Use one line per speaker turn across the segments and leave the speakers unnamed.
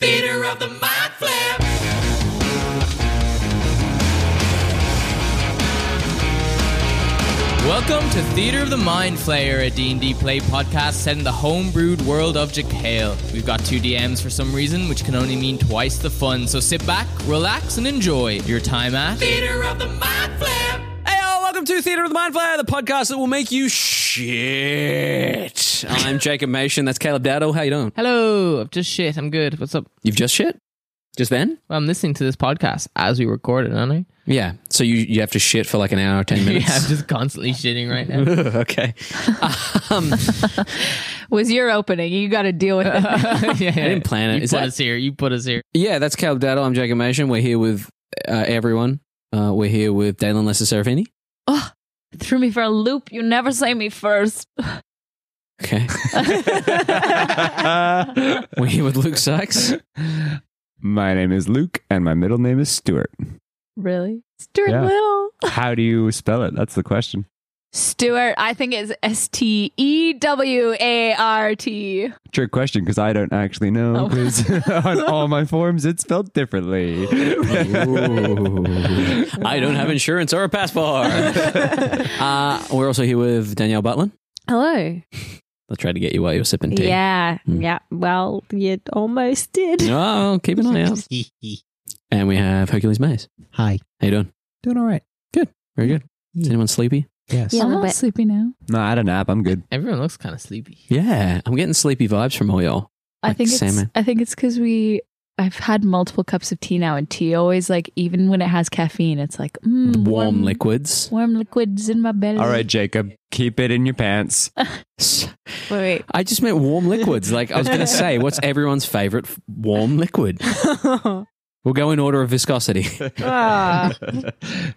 master of the mind flip.
Welcome to Theater of the Mind Flayer, a D&D play podcast set in the homebrewed world of Jekyll. We've got two DMs for some reason, which can only mean twice the fun. So sit back, relax, and enjoy your time at
Theater of the mind flip.
Hey, all, welcome to Theatre of the Mind Flyer, the podcast that will make you shit. I'm Jacob Mason. That's Caleb Dado. How you doing?
Hello, I'm just shit. I'm good. What's up?
You've just shit? Just then?
Well, I'm listening to this podcast as we record it, aren't I?
Yeah. So you, you have to shit for like an hour or 10 minutes?
Yeah, I'm just constantly shitting right now.
okay.
was your opening. You got to deal with it.
yeah, yeah.
I didn't plan it.
You
Is
put
that-
us here. You put us here.
Yeah, that's Caleb Dado. I'm Jacob Mason. We're here with uh, everyone. Uh, we're here with Dalen Lester Serafini.
Threw me for a loop. You never say me first.
Okay. we're here with Luke Sykes.
My name is Luke, and my middle name is Stuart.
Really? Stuart
Yeah.
Little.
How do you spell it? That's the question.
Stuart, I think it's S T E W A R T.
Trick question, because I don't actually know.
Oh.
'cause on all my forms, it's spelled differently.
I don't have insurance or a passport. uh, we're also here with Danielle Butlin.
Hello.
I'll try to get you while you're sipping tea.
Oh, Yeah.
Hmm.
Yeah. Well, you almost did.
Oh, keep an eye out. and we have Hercules Mays.
Hi.
How you doing?
Doing all right.
Very good. Is anyone sleepy?
Yes.
Yeah.
I'm
little
not
bit.
sleepy now.
no, I had a nap. I'm good.
Everyone looks kind of sleepy.
Yeah, I'm getting sleepy vibes from all y'all.
I
Like
think it's
salmon.
I think it's because we I've had multiple cups of tea now, and tea always like even when it has caffeine, it's like mm,
Warm, liquids.
warm liquids in my belly.
All right, Jacob, keep it in your pants.
Wait,
I just meant warm liquids. Like I was going to say, what's everyone's favorite f- warm liquid?
wait.
We'll go in order of viscosity.
Ah.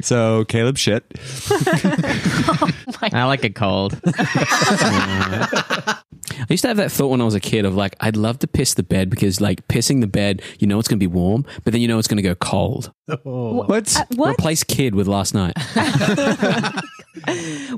so, Caleb, shit.
I like it cold.
I used to have that thought when I was a kid of like, I'd love to piss the bed because like pissing the bed, you know it's going to be warm, but then you know it's going to go cold.
What?
what?
Replace kid with last night.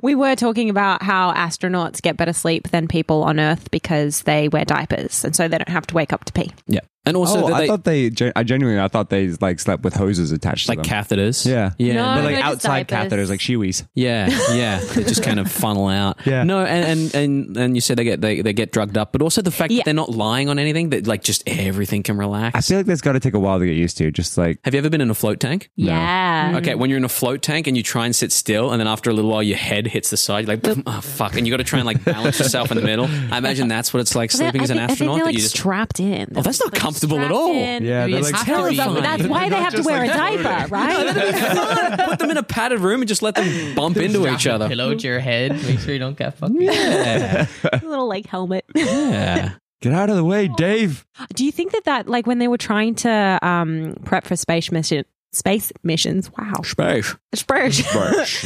We were talking about how astronauts get better sleep than people on Earth because they wear diapers and so they don't have to wake up to pee.
yeah, and also
oh,
that
I
they,
thought they. gen- I genuinely, I thought they like slept with hoses attached
like
to them.
catheters.
Yeah.
yeah,
No,
but like
Oh, no, just
outside
diapers.
catheters, like shiwis.
Yeah, yeah. they just kind of funnel out.
Yeah.
No, and and and, and you said they get they, they get drugged up, but also the fact
Yeah.
that they're not lying on anything, that like just everything can relax.
I feel like that's got to take a while to get used to. Just like
Have you ever been in a float tank?
Yeah.
Okay, when you're in a float tank and you try and sit still, and then after a little while your head hits the side, you're like, oh fuck, and you got to try and like balance yourself in the middle. I imagine that's what it's like sleeping as an astronaut.
they're
that
like
you just
strapped in.
Oh, that's not
Like,
comfortable at
strapped
all.
in.
yeah,
they're,
they're
it's
like
like, terrible. terrifying.
That's why they have to wear a diaper, right?
put them in a padded room and just let them bump into each other.
Pillow to your head. Make sure you don't get fucked.
Yeah.
little like helmet.
yeah.
get out of the way, Dave.
Do you think that that like when they were trying to um, prep for space mission, space missions? Wow,
Space.
space.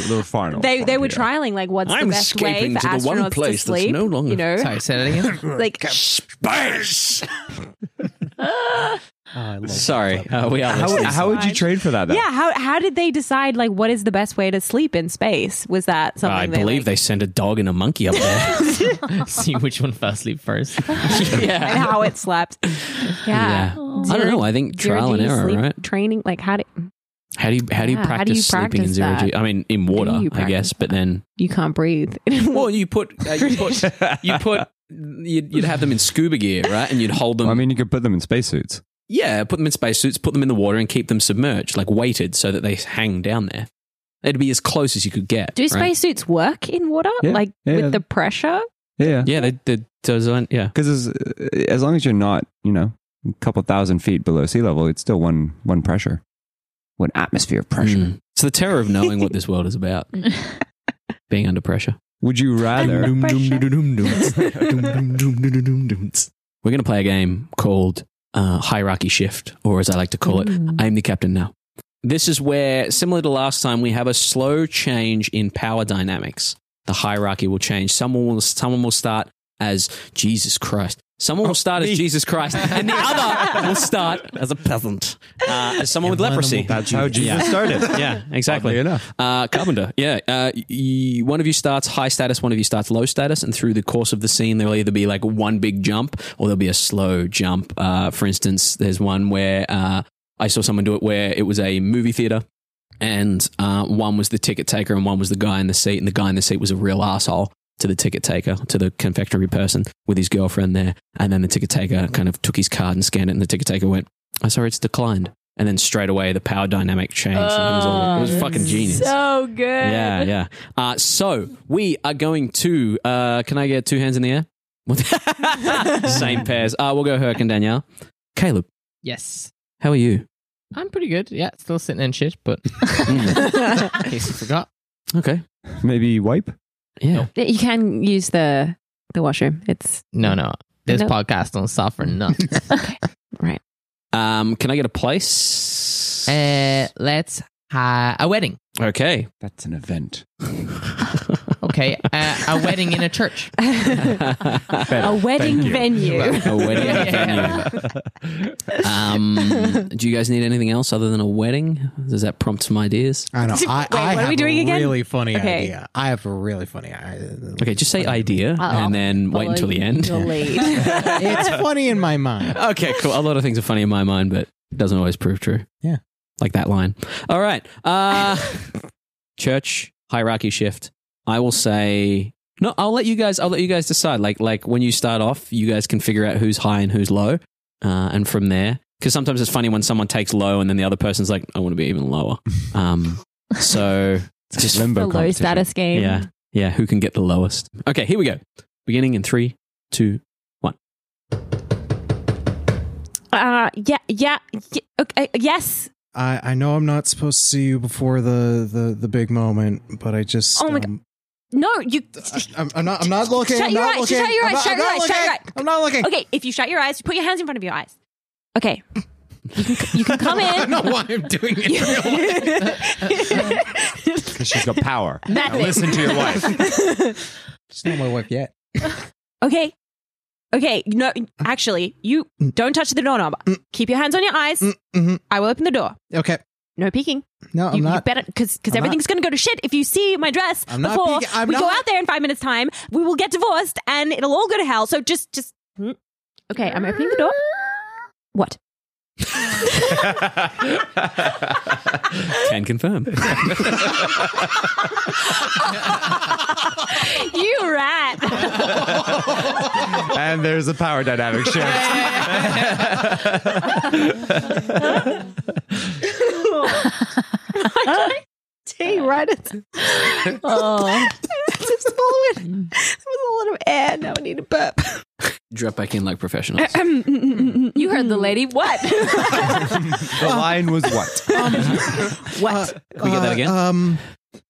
the final.
They, they were trialing like what's
I'm
the best way
escaping
for
to the one
astronauts
place
to
that's
sleep?
no longer-
you know,
Sorry, say that again.
like
Space.
Oh, I love
Sorry,
that.
uh, we are.
How,
listening.
how would you
Fine.
trade for that? Though?
yeah. How how did they decide like what is the best way to sleep in space? Was that something?
I believe they
like,
send a dog and a monkey up there.
See which one fell asleep first.
and
yeah.
how it slept.
Yeah.
Yeah.
I don't know. I think trial and
Zero-G
error,
sleep
right?
Training like how do
How do you how do you
Yeah,
practice
how do you
sleeping in
practice
zero G?
that?
I mean, in water,
you
I guess.
practice
But then,
you can't breathe.
well, you put uh, you put you put you'd, you'd have them in scuba gear, right? And you'd hold them.
I mean, you could put them in spacesuits.
yeah, put them in spacesuits, put them in the water, and keep them submerged, like weighted, so that they hang down there. It'd be as close as you could get.
do
right?
spacesuits work in water?
Yeah,
like
yeah.
with the pressure?
Yeah,
Yeah, they they design. Yeah,
because as, as long as you're not, you know, a couple thousand feet below sea level, it's still one one pressure, one atmosphere of pressure.
Mm. It's the terror of knowing what this world is about. Being under pressure.
Would you rather?
Doom, doom,
pressure.
doom, doom, dooms. Doom, doom, doom, doom, doom, doom, dooms. We're going to play a game called uh, Hierarchy Shift, or as I like to call it, I'm the captain now. This is where, similar to last time, we have a slow change in power dynamics. The hierarchy will change. Someone will, someone will start as Jesus Christ. Someone will start as Jesus Christ, and the other will start as a peasant, uh, as someone with leprosy.
That's
how Jesus
Yeah.
started.
Yeah, exactly.
Oddly enough.
Uh, Carpenter, yeah. Uh, y- one of you starts high status, one of you starts low status, and through the course of the scene, there will either be like one big jump or there'll be a slow jump. Uh, for instance, there's one where uh, I saw someone do it where it was a movie theater. And uh, one was the ticket taker, and one was the guy in the seat, and the guy in the seat was a real asshole to the ticket taker, to the confectionery person with his girlfriend there. And then the ticket taker kind of took his card and scanned it, and the ticket taker went, "I'm sorry, it's declined." And then straight away, the power dynamic changed. and it was, all, it was fucking genius.
So good.
Yeah, yeah. Uh, so we are going to. Uh, can I get two hands in the air? What the- Same pairs. Uh, we'll go Herc and Danielle. Caleb,
Yes.
how are you?
I'm pretty good. Yeah, still sitting in shit, but in case you forgot.
Okay.
Maybe wipe.
Yeah.
Nope.
You can use the the washroom. It's
No, no. This
Nope.
podcast don't stop for nothing.
right.
Um, can I get a place?
uh, let's have a wedding.
okay.
That's an event.
Okay, uh, a wedding in a church.
A wedding venue.
a wedding
Yeah, yeah,
venue. Um, do you guys need anything else other than a wedding? Does that prompt some ideas?
I know. I,
Wait,
I
what are
have
we doing
a
again?
really funny
Okay.
idea. I have a really funny idea.
Okay, just say idea and then wait until the end.
it's funny in my mind.
okay, cool. A lot of things are funny in my mind, but it doesn't always prove true.
Yeah.
Like that line. All right. Uh church hierarchy shift. I will say no, I'll let you guys I'll let you guys decide. Like like when you start off, you guys can figure out who's high and who's low. Uh, and from there, because sometimes it's funny when someone takes low and then the other person's like, I want to be even lower. Um, so
It's
Just
a limbo
The low
competition.
status game.
yeah, yeah, who can get the lowest? Okay, here we go. Beginning in three, two,
Uh, yeah, yeah, y- okay, uh, yes.
I, I know I'm not supposed to see you before the, the, the big moment, but I just.
Oh my
um,
No, you.
I, I'm, I'm not. I'm not looking.
Shut
I'm
your
not
eyes,
looking.
shut your
I'm
eyes,
not-
shut
I'm
your
not
eyes, shut your
looking.
eyes.
I'm not looking.
Okay, if you shut your eyes, put your hands in front of your eyes. Okay, you can you can come
I
in.
don't know why I'm doing it. in real life.
Because she's got power.
That thing.
listen to your wife.
It's not my wife yet.
Okay. Okay. No, actually, you don't touch the doorknob. Keep your hands on your eyes.
Mm-hmm.
mhm.
I will open the door.
Okay.
No peeking.
No,
you,
I'm
you
not.
better, because
I'm not-
everything's going to go to shit if you see my dress
I'm not
before
peeking. I'm
we go
not.
out there in five minutes' time. We will get divorced and it'll all go to hell. So just, just. hmm? Okay, I'm opening the door. What?
can confirm.
You rat.
and there's a power dynamic shift.
T, right? It's,
Oh.
just following. There was a lot of air. Now I need a burp.
Drop back in like professionals.
You heard the lady. What?
the line was what?
What?
Can we get that again?
Uh, Um,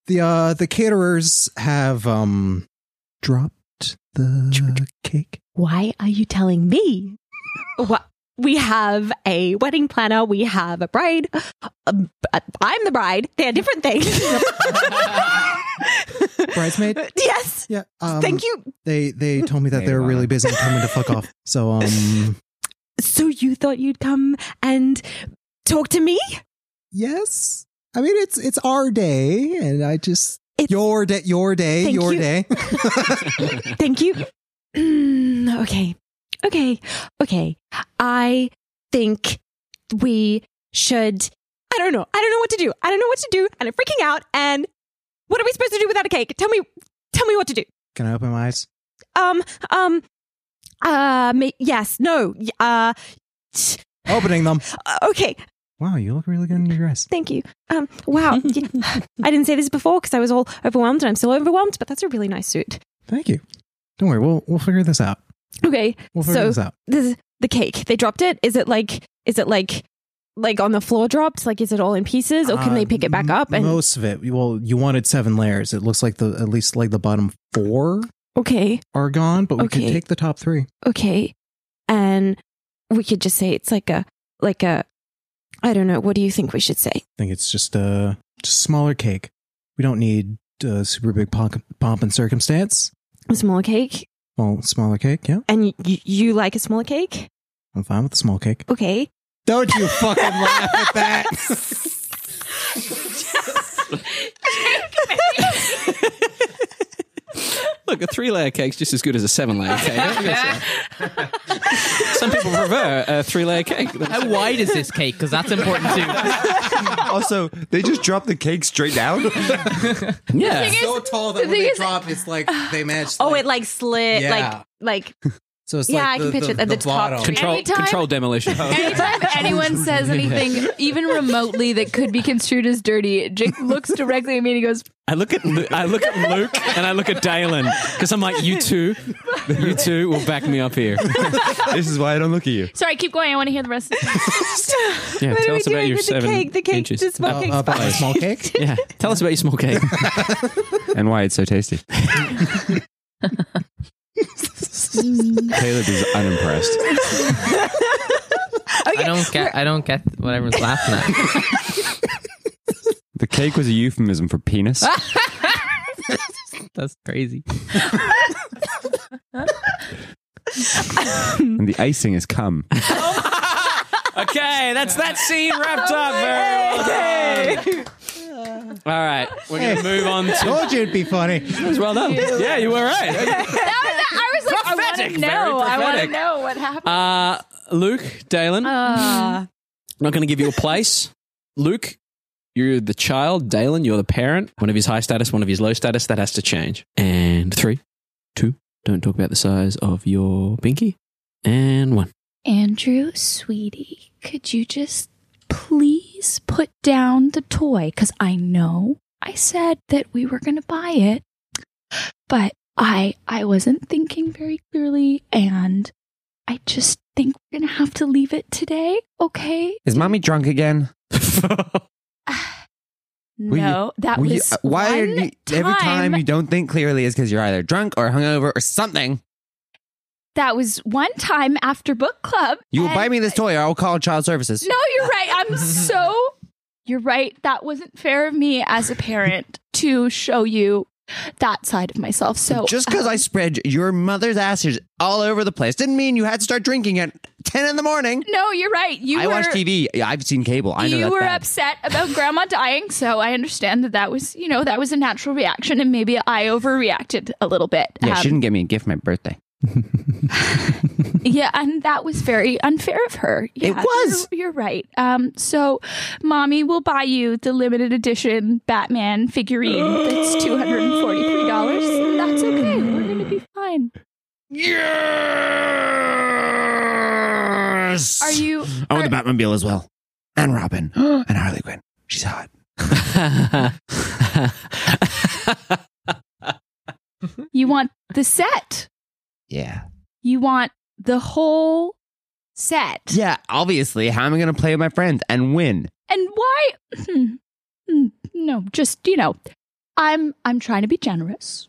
the uh, the caterers have um dropped the cake.
why are you telling me? What? We have a wedding planner. We have a bride. Um, uh, I'm the bride. They're different things.
Bridesmaid.
yes.
Yeah. Um,
Thank you.
They they told me that they were really busy and told me to fuck off. So um,
So you thought you'd come and talk to me?
yes. I mean it's it's our day, and I just
It's-
your day, your day,
Thank
your
you.
day.
Thank you. Mm, okay. Okay. Okay. I think we should. I don't know. I don't know what to do. I don't know what to do. And I'm freaking out. And what are we supposed to do without a cake? Tell me. Tell me what to do.
Can I open my eyes?
um um uh ma- yes no y- uh t-
Opening them.
okay
Wow, you look really good in your dress.
thank you um wow Yeah. i didn't say this before because i was all overwhelmed and i'm still overwhelmed but that's a really nice suit
Thank you. Don't worry, we'll we'll figure this out.
okay
We'll figure
So-
this out.
this the cake they dropped it is it like is it like like on the floor dropped like is it all in pieces or can they
Uh,
pick it back
m-
up and
most of it? Well, you wanted seven layers. It looks like the at least like the bottom four
okay
are gone, but we
Okay.
can take the top three.
okay and we could just say it's like a like a i don't know what do you think we should say
I think it's just uh, just smaller cake. We don't need uh, super big pomp, pomp and circumstance.
a smaller cake
Small, smaller cake. Yeah,
And y- y- you like a smaller cake?
I'm fine with the small cake.
Okay.
Don't you fucking laugh at that.
Look, a three layer cake's just as good as a seven layer cake. Some people prefer a three layer cake.
How wide is this cake? Because that's important too.
also, they just dropped the cake straight down.
Yeah.
so tall that
the thing
when they
is-
drop, it's like they match.
Oh,
like-
it like slid,
Yeah.
like like
So it's
yeah,
like
I
the,
can picture
the,
it at the top
bottom.
three.
Control,
Anytime-
control demolition.
Anytime anyone says anything, even remotely, that could be construed as dirty, Jake looks directly at me and he goes,
I look at Lu- I look at Luke and I look at Dalen because I'm like, you two, you two will back me up here.
this is why I don't look at you.
Sorry, keep going. I want to hear the rest.
Yeah,
What
tell
are we
us about
doing
your
with
seven
the cake? The cake,
inches. Oh,
the small cake's
Uh, about a
fine.
small cake.
yeah, tell us about your small cake.
And why it's so tasty. Caleb is unimpressed.
I don't get. I don't get what everyone's laughing at.
The cake was a euphemism for penis.
Ah.
That's crazy.
and the icing has come.
okay, that's that scene
Oh
wrapped up. Very well done. All right, we're gonna move on to.
Told you it'd be funny.
Well done. Yeah, you were right.
I was like,
Prophetic,
I want to know.
very
I want to
prophetic.
know what happened.
Uh, Luke, Dalen, I'm
Uh,
not going to give you a place. Luke, you're the child. Dalen, you're the parent. One of his high status, one of his low status. That has to change. And three, two. Don't talk about the size of your pinky. And one.
Andrew, sweetie, could you just please put down the toy? Because I know I said that we were going to buy it, but I I wasn't thinking very clearly, and I just think we're going to have to leave it today. Okay?
Is mommy drunk again? Will you-
no, that
Will you-
was
uh, why are
one
you, every time you don't think clearly is because you're either drunk or hungover or something.
that was one time after book club.
You will
and-
buy me this toy or I'll call child services.
No, you're right. I'm so. You're right. That wasn't fair of me as a parent to show you that side of myself. So
Just because I spread your mother's ashes all over the place didn't mean you had to start drinking at 10 in the morning.
No, you're right. You
I
were,
watch TV. Yeah, I've seen cable. I know
you
that's
were
bad.
upset about grandma dying, so I understand that that was, you know, that was a natural reaction, and maybe I overreacted a little bit.
Yeah,
Um,
she didn't get me a gift for my birthday.
yeah, and that was very unfair of her. Yeah,
was.
You're, you're right. Um, so, mommy will buy you the limited edition Batman figurine. That's two hundred and forty three dollars. That's okay. We're gonna be fine.
Yes!
Are you?
I
are,
want Oh, the Batmobile as well. And Robin. and Harley Quinn. She's hot.
you want the set?
Yeah.
You want the whole set?
Yeah, obviously. How am I going to play with my friends and win?
And why? Hmm. Hmm. no, just you know, I'm I'm trying to be generous,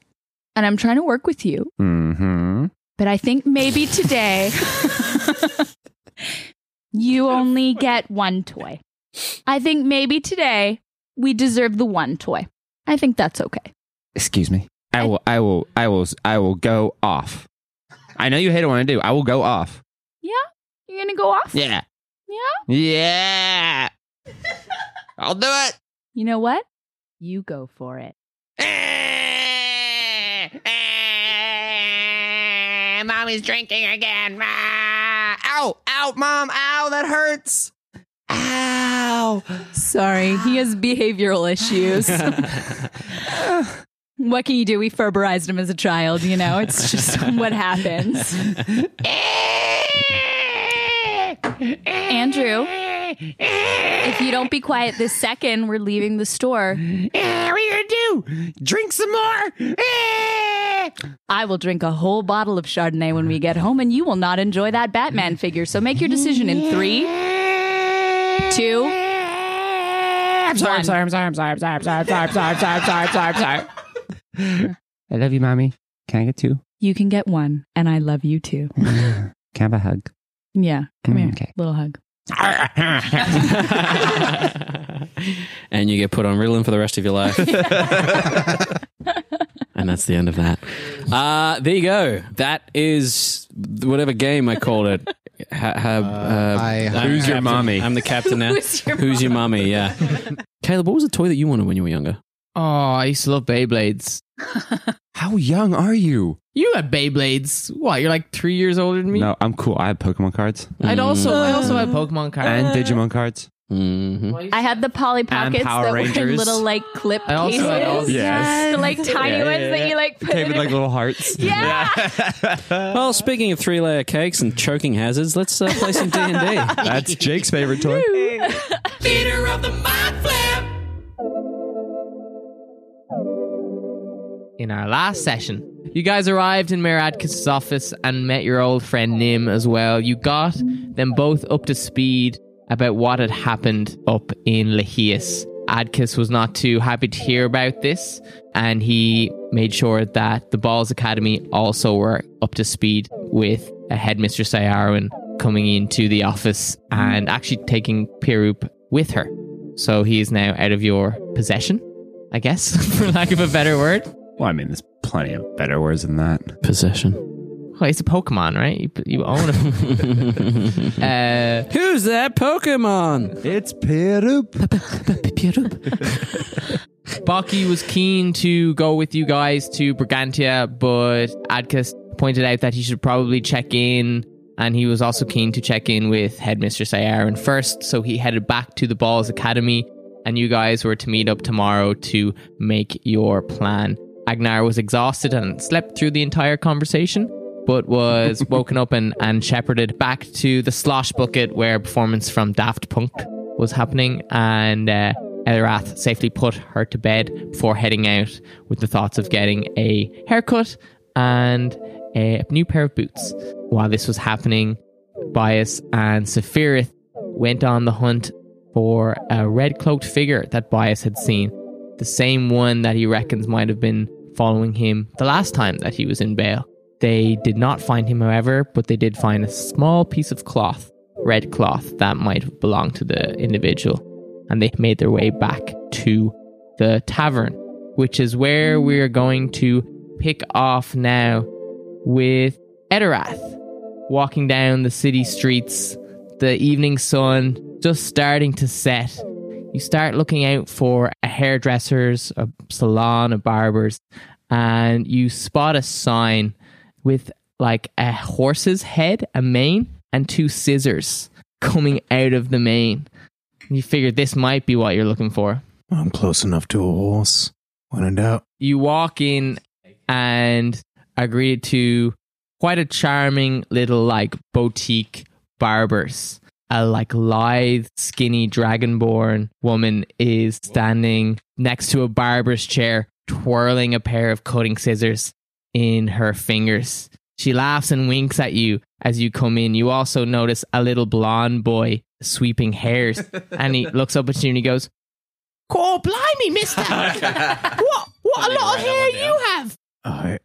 and I'm trying to work with you.
Mm-hmm.
but I think maybe today you only get one toy. I think maybe today we deserve the one toy. I think that's okay.
Excuse me. I will. I will. I will. I will go off. I know you hate it when I do. I will go off.
You're gonna go off?
Yeah.
Yeah?
Yeah. I'll do it.
You know what? You go for it.
Eh, Mommy's drinking again. Ah, Ow! Ow! Mom! Ow! That hurts. Ow!
Sorry, he has behavioral issues. what can you do? We Ferberized him as a child, you know? It's just what happens.
Andrew, if you don't be quiet this second, we're leaving the store.
Eh, what are you gonna do? Drink some more. Eh.
I will drink a whole bottle of Chardonnay when we get home, and you will not enjoy that Batman figure. So make your decision in three, two.
Eh. I'm sorry. I'm
One.
sorry. I'm sorry. I'm sorry. I'm sorry. I'm sorry. I'm sorry. I'm sorry. I'm sorry. I'm sorry. I'm sorry. I love you, mommy. Can I get two?
You can get one, and I love you too.
Can I have a hug?
Yeah, come
Mm,
here.
okay.
Little hug.
and you get put on Ritalin for the rest of your life. And that's the end of that. Uh, there you go. That is whatever game I called it. Ha, ha, uh,
I-
I'm
Who's
your
captain.
mommy?
I'm the captain now. Who's your, mommy? Yeah. Caleb, what was the toy that you wanted when you were younger?
Oh, I used to love Beyblades.
How young are you?
You had Beyblades. What? You're like three years older than me.
No, I'm cool. I have Pokemon cards
I'd also I also had Pokemon cards.
and Digimon cards.
Mm-hmm.
I had the Polly Pockets
Power
that were
Rangers.
little like clip
I also
cases.
had all the-
Yes.
The like tiny
Yeah,
ones
yeah,
that
yeah.
you like put
Came
in
with like little hearts.
yeah.
Well, speaking of three layer cakes and choking hazards, let's uh, play some D and D.
That's Jake's favorite toy.
Leader of the Mind Flip.
in our last session. You guys arrived in Mayor Atkiss' office and met your old friend Nim as well. You got them both up to speed about what had happened up in Lahias. Adkis was not too happy to hear about this, and he made sure that the Balls Academy also were up to speed with a headmistress Iarwin coming into the office and actually taking Pirup with her. So he is now out of your possession, I guess, for lack of a better word.
Well, I mean, there's plenty of better words than that.
Possession.
Well, it's a Pokemon, right? You, you own it. uh,
Who's that Pokemon?
It's Pirup.
Baki was keen to go with you guys to Brigantia, but Adkus pointed out that he should probably check in, and he was also keen to check in with Headmistress Ayarin first, so he headed back to the Balls Academy, and you guys were to meet up tomorrow to make your plan. Agnar was exhausted and slept through the entire conversation, but was woken up and, and shepherded back to the slosh bucket where a performance from Daft Punk was happening, and uh, Elrath safely put her to bed before heading out with the thoughts of getting a haircut and a new pair of boots. While this was happening, Bias and Sephiroth went on the hunt for a red cloaked figure that Bias had seen, the same one that he reckons might have been following him the last time that he was in bail. They did not find him, however, but they did find a small piece of cloth, red cloth, that might have belonged to the individual. And they made their way back to the tavern, which is where we are going to pick off now with Edorath walking down the city streets, the evening sun just starting to set. You start looking out for a hairdresser's, a salon, a barber's, and you spot a sign with like a horse's head, a mane, and two scissors coming out of the mane. You figure this might be what you're looking for.
I'm close enough to a horse. When in doubt,
You walk in and are greeted to quite a charming little like boutique barbers. A like lithe, skinny dragonborn woman is standing next to a barber's chair, twirling a pair of cutting scissors in her fingers. She laughs and winks at you as you come in. You also notice a little blonde boy sweeping hairs, and he looks up at you and he goes, "Oh, blimey, mister! what what a lot of hair you have!
I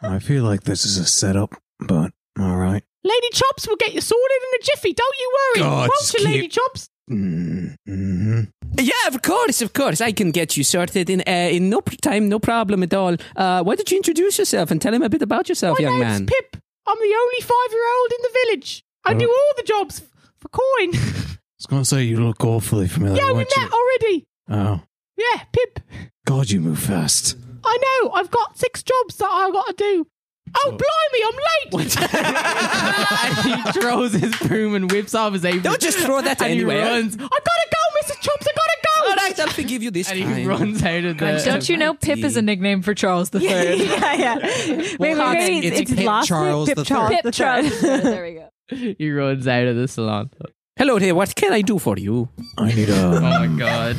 I feel like this is a setup, but all right.
Lady Chops will get you sorted in a jiffy. Don't you worry,
God,
won't
just
you, Lady
keep-
Chops?"
Mm-hmm.
Yeah, of course, of course. I can get you sorted in uh, in no pr- time, no problem at all. Uh, why don't you introduce yourself and tell him a bit about yourself,
My
young
name's
man?
Pip. I'm the only five-year-old in the village. I
Uh-huh.
do all the jobs f- for coin.
I was gonna say you look awfully familiar.
yeah, we
weren't you?
met already.
Oh
Yeah, Pip.
God, you move fast.
I know. I've got six jobs that I've got to do. Oh, blimey, I'm late! and he throws his broom and whips off his apron.
Don't just throw that
and
anywhere.
he runs. I gotta go, Mr. Chops. I gotta go.
All right, I'll forgive you this
and
time.
he runs out of the.
Don't you know Pip is a nickname for Charles the
yeah,
Third?
yeah. Wait, wait,
Well,
maybe
it's-
it's,
it's
it's,
Pip
lost
Charles
Pip
the
Charles
third.
the
Pip Charles. the Third,
third.
There we go.
He runs out of the salon.
Hello there. What can I do for you?
I need a
Oh my god.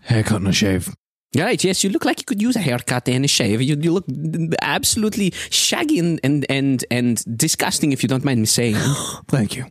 haircut and a shave.
Right, yes, you look like you could use a haircut and a shave. You, you look absolutely shaggy and, and, and, and disgusting, if you don't mind me saying.
Thank you.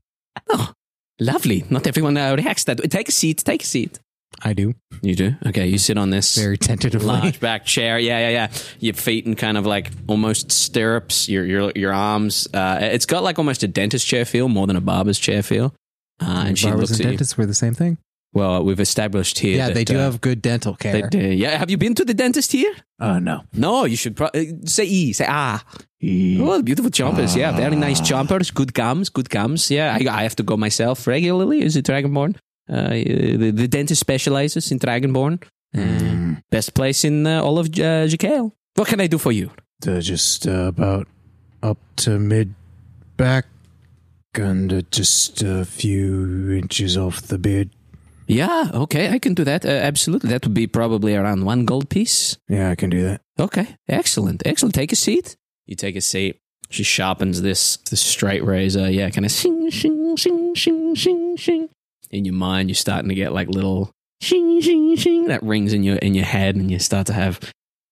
Lovely. Not everyone uh, reacts that way. Take a seat, take a seat.
I do
You do? Okay, you sit on this
very tentatively.
large back chair. Yeah, yeah, yeah. Your feet in kind of like almost stirrups, your, your, your arms. Uh, it's got like almost a dentist chair feel more than a barber's chair feel. Uh, and she looks
Barbers and
at you.
dentists were the same thing.
Well, we've established here.
yeah,
that,
they do
uh,
have good dental
They
care.
do. Yeah, have you been to the dentist here?
Uh,
Oh no.
No, you should pro- uh, say e, say ah.
Mm.
Oh, beautiful chompers.
Ah.
Yeah, very nice chompers. Good gums, good gums. Yeah, I, I have to go myself regularly. Is it Dragonborn? Uh, the, the dentist specializes in Dragonborn. Uh,
Mm.
mm,
Best place in uh, all of uh, Jekyll. What can I do for you?
They're just uh, about up to mid back and uh, just a few inches off the beard.
Yeah, okay, I can do that. Uh, absolutely. That would be probably around one gold piece.
Yeah, I can do that.
Okay, excellent, excellent. Take a seat. You take a seat. She sharpens this this straight razor. Yeah, kind of shing shing shing shing shing shing. In your mind, you're starting to get like little shing shing shing that rings in your in your head, and you start to have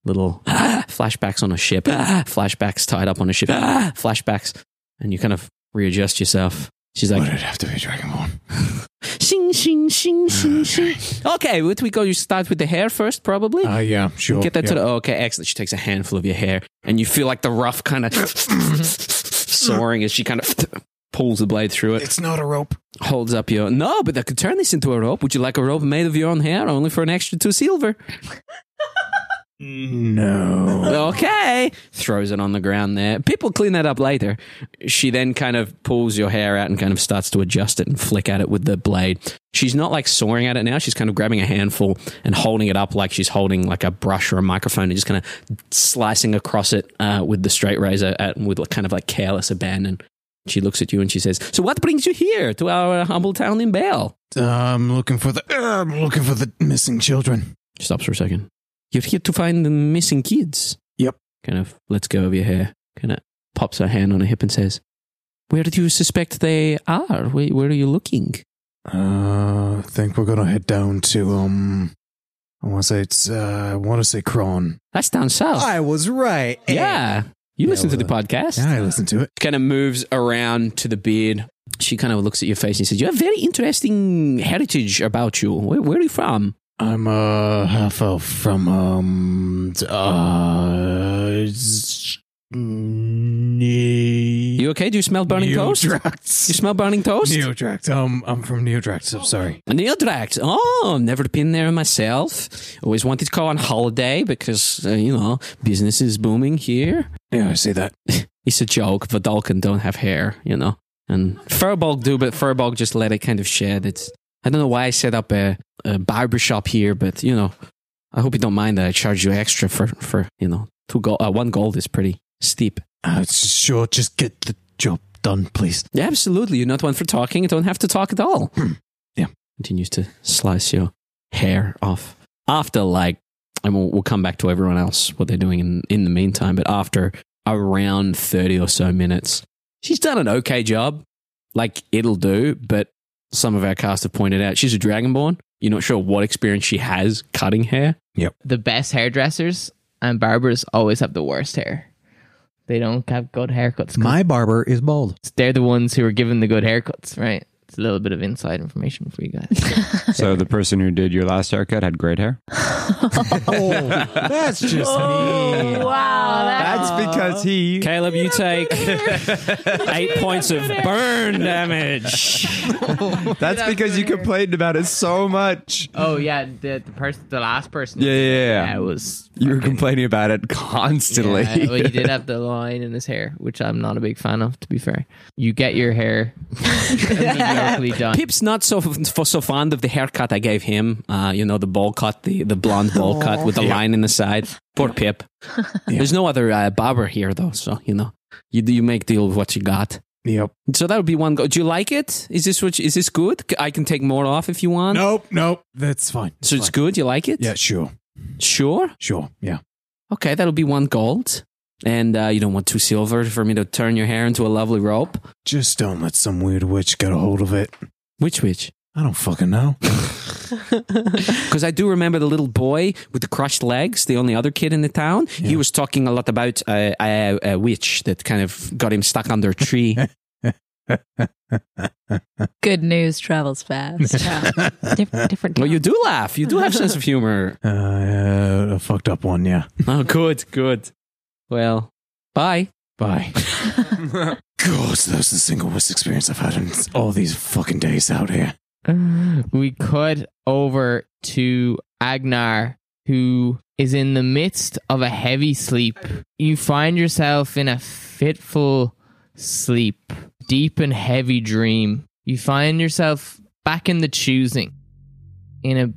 little flashbacks on a ship, flashbacks tied up on a ship, flashbacks, and you kind of readjust yourself. She's like,
Why'd it have to be Dragonborn?
shing shing shing shing shing. Okay, what we go? You start with the hair first, probably.
Ah, yeah, sure.
Get that to
yeah.
the oh, okay, excellent. She takes a handful of your hair, and you feel like the rough kind of soaring as she kind of pulls the blade through it.
It's not a rope.
Holds up your no, but I could turn this into a rope. Would you like a rope made of your own hair, only for an extra two silver?
No.
okay. Throws it on the ground there. People clean that up later. She then kind of pulls your hair out and kind of starts to adjust it and flick at it with the blade. She's not like sawing at it now. She's kind of grabbing a handful and holding it up like she's holding like a brush or a microphone and just kind of slicing across it uh, with the straight razor at, with kind of like careless abandon. She looks at you and she says, So what brings you here to our humble town in Bale?
Uh, I'm looking for the. Uh, I'm looking for the missing children.
stops for a second. You're here to find the missing kids.
Yep.
Kind of lets go of your hair. Kind of pops her hand on her hip and says, "Where do you suspect they are? Where, where are you looking?"
Uh, I think we're gonna head down to um. I want to say it's. Uh, I want to say Kron.
That's down south.
I was right.
Oh. yeah. You
Yeah,
listen to the
well,
podcast.
Yeah, I listened to it.
Kind of moves around to the beard. She kind of looks at your face and says, "You have very interesting heritage about you. Where, where are you from?"
I'm a half elf from um. d- Uh, s- ne-
You okay? Do you smell burning toast? You
Neodrax.
smell burning toast?
Neodrax. Um, I'm from Neodrax. I'm sorry.
Neodrax. Oh, I've never been there myself. Always wanted to go on holiday because, uh, you know, business is booming here.
Yeah, I see that.
It's a joke. Vidalcan don't have hair, you know. And Furbolg do, but Furbolg just let it kind of shed. It's I don't know why I set up a, a barber shop here, but, you know, I hope you don't mind that I charge you extra for, for you know, two gold. Uh, one gold is pretty steep.
Uh, sure, just get the job done, please.
Yeah, absolutely. You're not one for talking. You don't have to talk at all.
Yeah.
Continues to slice your hair off. After, like, and we'll, we'll come back to everyone else, what they're doing in, in the meantime, but after around 30 or so minutes, she's done an okay job. Like, it'll do, but some of our cast have pointed out she's a dragonborn. You're not sure what experience she has cutting hair.
The best hairdressers and barbers always have the worst hair. They don't have good haircuts. 'cause
My barber is bald.
they're the ones who are given the good haircuts, right? It's a little bit of inside information for you guys.
So the person who did your last haircut had great hair.
Oh, that's just
Oh,
mean.
Wow,
That's because he.
Caleb, you take eight points of burn damage.
That's because you complained about it so much.
oh yeah, the the person, the last person.
Yeah, yeah, yeah.
it was.
You were complaining about it constantly.
Yeah, well, he did have the line in his hair, which I'm not a big fan of, to be fair. You get your hair immediately done.
Pip's not so for so fond of the haircut I gave him. Uh, you know, the bowl cut, the, the blonde bowl cut with the line in the side. Poor Pip. There's no other uh, barber here though, so you know, you you make deal with what you got.
Yep.
So that would be one go. Do you like it? Is this what? You, is this good? C- I can take more off if you want.
Nope, nope. That's fine.
So it's good. You like it?
Yeah, sure,
Sure.
sure. Yeah.
Okay, that'll be one gold. And uh, you don't want two silver for me to turn your hair into a lovely rope.
Just don't let some weird witch get a hold of it.
Which which?
I don't fucking know.
Because I do remember the little boy with the crushed legs, the only other kid in the town. He
Yeah.
was talking a lot about uh, a, a witch that kind of got him stuck under a tree.
Good news travels fast.
Diff- different.
well, you do laugh. You do have sense of humor.
Uh, uh, a fucked up one. Yeah.
Oh, good, good. Well, bye.
Bye. God, that was the single worst experience I've had in all these fucking days out here.
we cut over to Agnar, who is in the midst of a heavy sleep. You find yourself in a fitful sleep, deep and heavy dream. You find yourself back in the choosing, in a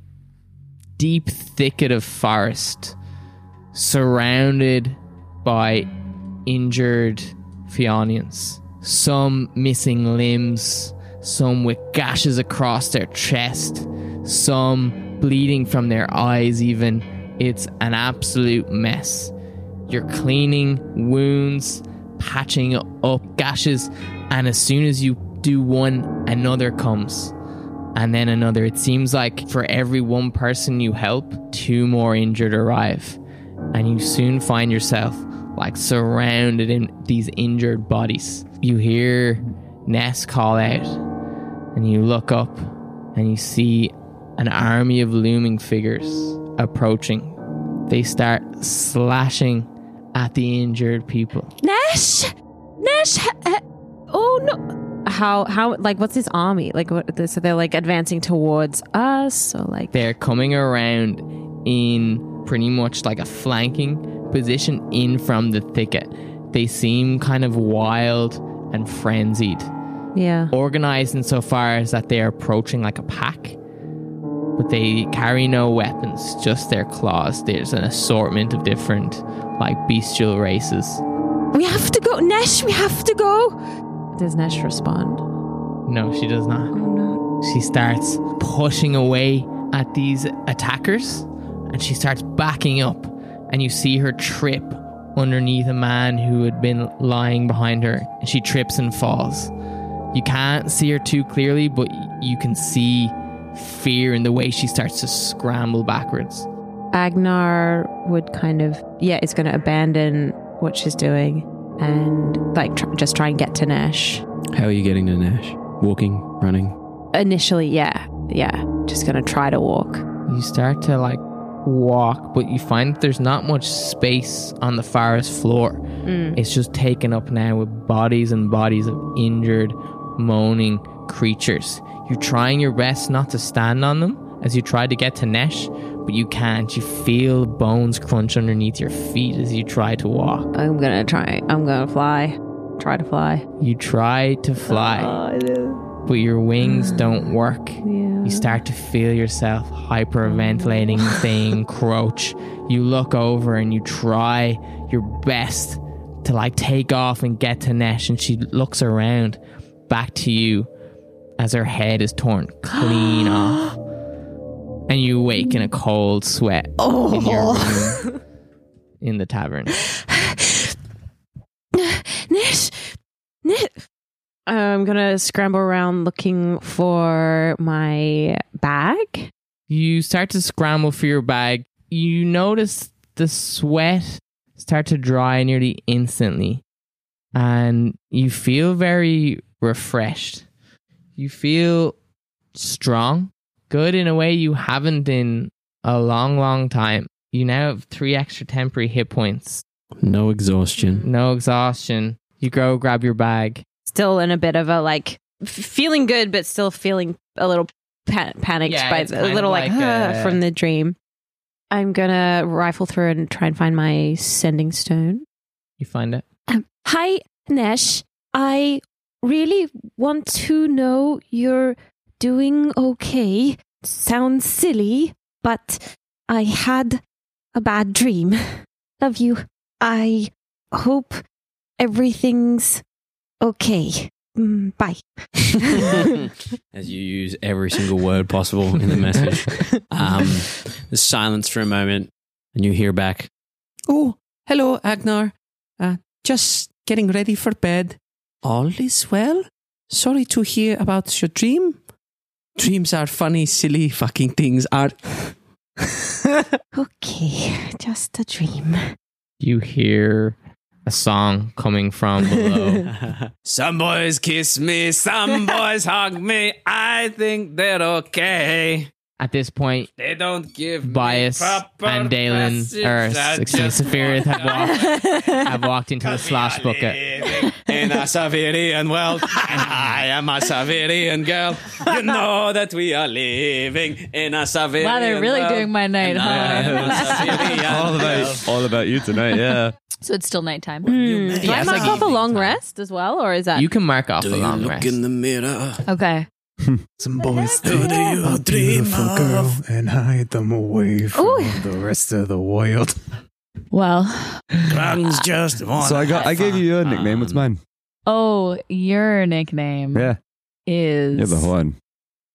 deep thicket of forest, surrounded by injured Fionians. Some missing limbs, some with gashes across their chest, some bleeding from their eyes, even. It's an absolute mess. You're cleaning wounds, patching up gashes, and as soon as you do one, another comes. And then another. It seems like for every one person you help, two more injured arrive. And you soon find yourself like surrounded in these injured bodies. You hear Ness call out, and you look up and you see an army of looming figures approaching. They start slashing at the injured people.
Nash, Nash. ha- ha- oh no! How how like what's his army like? What, so they're like advancing towards us, or like
They're coming around in pretty much like a flanking position in from the thicket. They seem kind of wild and frenzied.
yeah.
organized insofar as that they are approaching like a pack, but they carry no weapons, just their claws. There's an assortment of different, like, bestial races.
We have to go, Nash. We have to go. Does Nash respond?
No, she does not. She starts pushing away at these attackers and she starts backing up. And you see her trip underneath a man who had been lying behind her. And she trips and falls. You can't see her too clearly, but you can see fear in the way she starts to scramble backwards.
Agnar would kind of yeah, is going to abandon what she's doing and like tr- just try and get to Nash.
How are you getting to Nash? Walking, running?
Initially, yeah, yeah, just going to try to walk.
You start to like walk, but you find that there's not much space on the forest floor. It's just taken up now with bodies and bodies of injured, moaning creatures. You're trying your best not to stand on them as you try to get to Nesh, but you can't. You feel bones crunch underneath your feet as you try to walk.
I'm going to try. I'm going to fly. Try to fly.
You try to fly, but your wings don't work.
yeah.
You start to feel yourself hyperventilating, saying crouch. You look over and you try your best to like take off and get to Nesh, and she looks around back to you as her head is torn clean off. And you wake in a cold sweat in your room in the tavern.
Nish, Nish. I'm gonna scramble around looking for my bag.
You start to scramble for your bag. You notice the sweat start to dry nearly instantly, and you feel very refreshed. You feel strong, good in a way you haven't in a long, long time. You now have three extra temporary hit points,
No exhaustion.
no exhaustion. You go grab your bag.
Still in a bit of a like f- feeling good, but still feeling a little pan- panicked
Yeah,
by
it's
the,
kind
a
of
little like,
like uh,
"Ugh,"
a-
from the dream. I'm gonna rifle through and try and find my sending stone.
You find it.
Um, hi, Nash. I really want to know you're doing okay. Sounds silly, but I had a bad dream. Love you. I hope everything's okay. Mm, Bye.
As you use every single word possible in the message. Um, there's silence for a moment, and you hear back, Oh, hello, Agnar. Uh, just getting ready for bed. All is well? Sorry to hear about your dream. Dreams are funny, silly fucking things, aren't
Okay, just a dream.
You hear a song coming from below.
some boys kiss me, some boys hug me. I think they're okay.
at this point,
They don't give
Bias
me proper
and Dalen
passage.
or
I
excuse
just
me, Saphirith have walked,
All
have walked into the slosh bucket.
in a Savirian world, and I am a Savirian girl. You know that we are living in a Savirian
Wow, they're really
world,
doing my night,
and I
huh?
am a Savirian
all
girl.
about all about you tonight. Yeah.
So it's still nighttime.
Hmm. Do I
it's
mark
like
off a long rest as well, or is that
You can mark off
Do
a
you
long
look
rest.
in the mirror?
Okay.
Some boys
Take
think
a beautiful girl and hide them away from
Ooh.
the rest of the world.
Well,
Guns just want
So I got I gave you your nickname. What's mine?
oh, your nickname
Yeah,
is
you're the horn.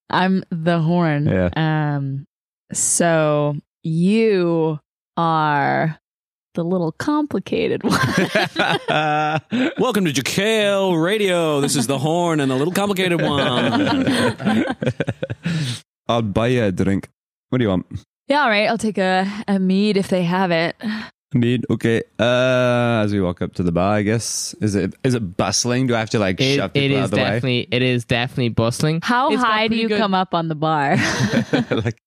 I'm the horn.
Yeah.
Um so you are the little complicated one.
uh, Welcome to Jaquel Radio. This is the horn and the little complicated one.
I'll buy you a drink. What do you want?
yeah, all right. I'll take a, a mead if they have it.
Mead. Okay. Uh, as we walk up to the bar, I guess is it is it bustling? Do I have to like
It,
shove
it
people out
is
of the way?
definitely it is definitely bustling.
How
It's got
high do
pretty
you
good-
come up on the bar?
like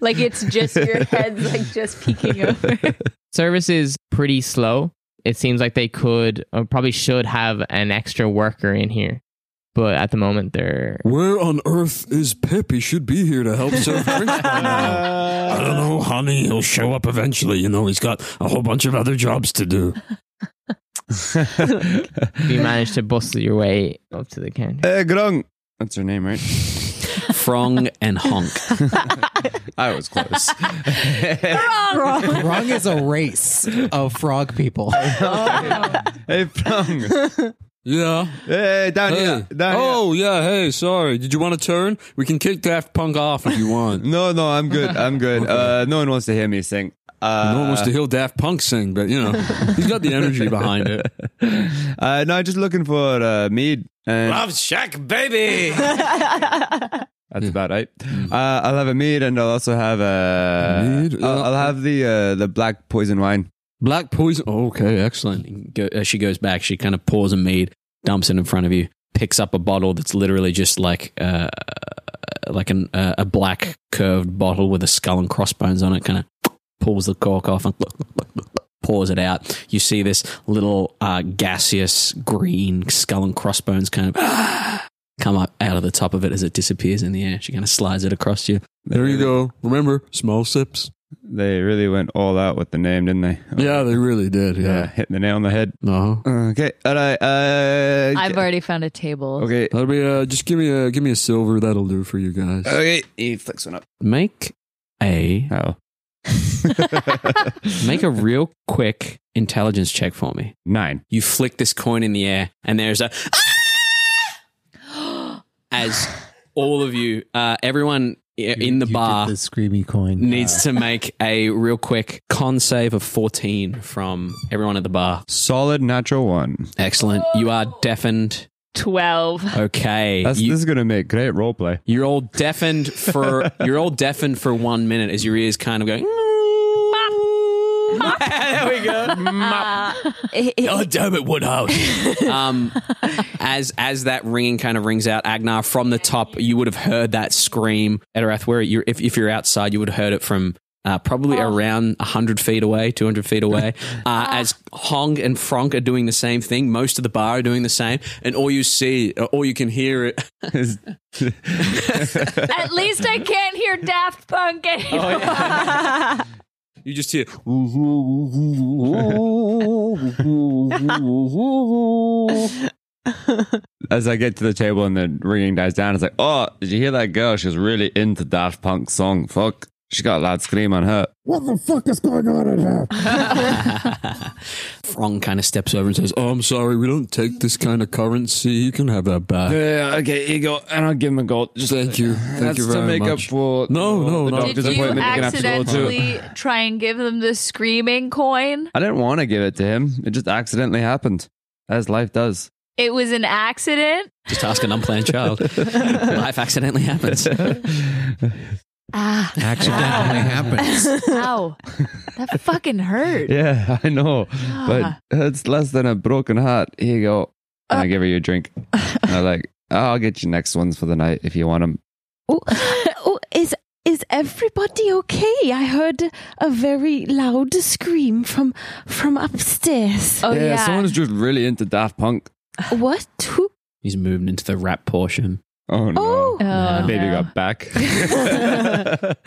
like it's just your head's like just peeking over.
Service is pretty slow. It seems like they could or probably should have an extra worker in here. But at the moment they're
Where on earth is Pip? He should be here to help serve drinks by
Uh,
now. I don't know, honey. He'll show up eventually. You know, he's got a whole bunch of other jobs to do.
you managed to bustle your way up to the counter.
uh, Grung. That's her name, right?
Frong and honk.
I was close.
Grung is a race of frog people.
hey, Grung.
Yeah.
Hey, down
Hey.
here. Down here.
Oh, yeah. Hey, sorry. Did you want to turn? We can kick Daft Punk off if you want.
No, no, I'm good. I'm good.
Okay.
Uh, no one wants to hear me sing. Uh,
no one wants to hear Daft Punk sing, but, you know, he's got the energy behind it.
uh, no, just looking for uh, mead. And
Shack, baby.
That's about it. Uh, I'll have a mead, and I'll also have a.
Mm. Mead?
I'll, I'll have the uh, the black poison wine.
Black Poison. oh, Okay, excellent.
Go, as she goes back, she kind of pours a mead, dumps it in front of you, picks up a bottle that's literally just like uh, like an, uh, a black curved bottle with a skull and crossbones on it. Kind of pulls the cork off and pours it out. You see this little uh, gaseous green skull and crossbones kind of come up out of the top of it as it disappears in the air. She kind of slides it across you.
There you go. Remember, small sips.
They really went all out with the name, didn't they?
Yeah, they really did.
yeah, Uh-huh.
Yeah. Uh-huh.
hitting the nail on the head.
No.
Okay, all right. Uh,
I've already found a table.
okay.
That'll be uh, just give me a give me a silver. That'll do for you guys.
Okay, he flicks one up.
Make a
Oh,
make a real quick intelligence check for me.
nine.
you flick this coin in the air, and there's a as all of you, uh, everyone i- in the bar
the screamy coin.
Uh,
needs to make a real quick con save of 14 from everyone at the bar.
Solid natural one.
Excellent. You are deafened.
12.
Okay.
That's,
You,
this is gonna make great role play.
you're all deafened for you're all deafened for one minute as your ears kind of going. there we go.
Oh damn it, Woodhouse!
um, as as that ringing kind of rings out, Agnar from the top, you would have heard that scream. Edirath, where you're, if if you're outside, you would have heard it from. Uh, probably around 100 feet away, 200 feet away. Uh, As Hong and Frank are doing the same thing, most of the bar are doing the same, and all you see, or all you can hear it.
Is-
At least I can't hear Daft Punk
Oh,
anymore.
You just hear.
As I get to the table and the ringing dies down, it's like, oh, did you hear that girl? She was really into Daft Punk's song. Fuck. She got a loud scream on her.
Frank kind of steps over and says,
Oh, I'm sorry, we don't take this kind of currency. You can have that back.
Yeah, okay, here you go. And I'll give him a gold. Just
Uh, Thank you, thank you very much.
for
No, no, no.
doctor's
Did you
appointment you're gonna have to go to.
try and give them the screaming coin?
I didn't want to give it to him. It just accidentally happened, as life does.
It was an accident?
Just ask an unplanned child. Life accidentally happens.
Ah.
Accidentally happens.
Ow. That fucking hurt. Ah.
yeah, I know, but
Uh-huh.
it's less than a broken heart. Here you go. And I
Uh,
give her your drink. And I'm like, "Oh, I'll get you next ones for the night if you want them.
Oh, oh, is Is everybody okay? I heard a very loud scream from from upstairs.
Uh, Oh,
Oh,
yeah, someone's just really into Daft Punk.
What? Who?
He's moving into the rap portion.
Oh no!
Oh,
Uh,
My baby got back.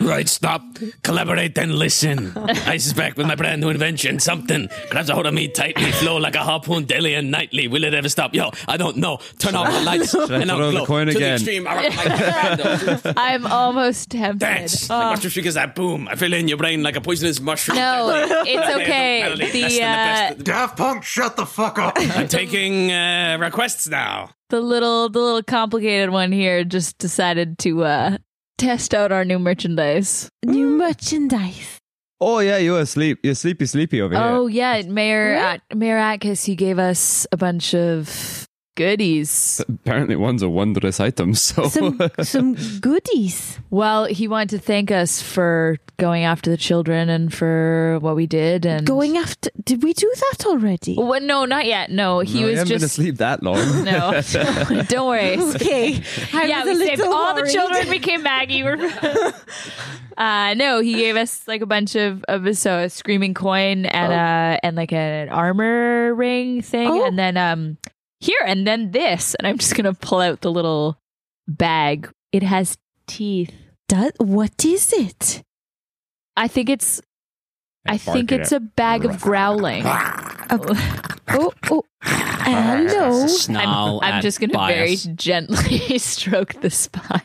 right, stop, collaborate, and listen. I suspect with my brand new invention, something grabs a hold of me tightly, flow like a harpoon daily and nightly. Will it ever stop? Yo, I don't know. Turn off the lights
Should I
and
throw
outglow.
the coin
to
again?
the extreme. I rock like
I'm almost tempted.
Dance. Like Master Figures, that boom. I fill in your brain like a poisonous mushroom.
Oh. No, it's okay. The, uh,
Daft Punk, shut the fuck up. I'm taking uh, requests now.
the little the little complicated one here just decided to uh test out our new merchandise.
New merchandise.
Oh yeah, you are asleep. You're sleepy, sleepy over here.
Oh yeah, Mayor At- Mayor Atkiss, he gave us a bunch of goodies.
Apparently, one's a wondrous item. So
Some-
some goodies.
Well, he wanted to thank us for going after the children and for what we did and Oh,
Going after? Did we do that already?
Well, no, not yet. No, he
No, you
was
haven't been
just
asleep that long.
No. Don't worry.
Okay. I
yeah,
was a
we saved
little
all the
worried.
children. We came Maggie. We're uh, no, he gave us like a bunch of of so a screaming coin
Oh.
and uh and like an armor ring thing, and then um here and then this, and I'm just gonna pull out the little bag. It has teeth.
Does what is it?
I think it's. I
bark
think
it
it's
out.
a bag of growling.
Oh, oh. Hello.
Snarl
Oh, I'm, I'm
at
just going to very
bias.
gently stroke the spine,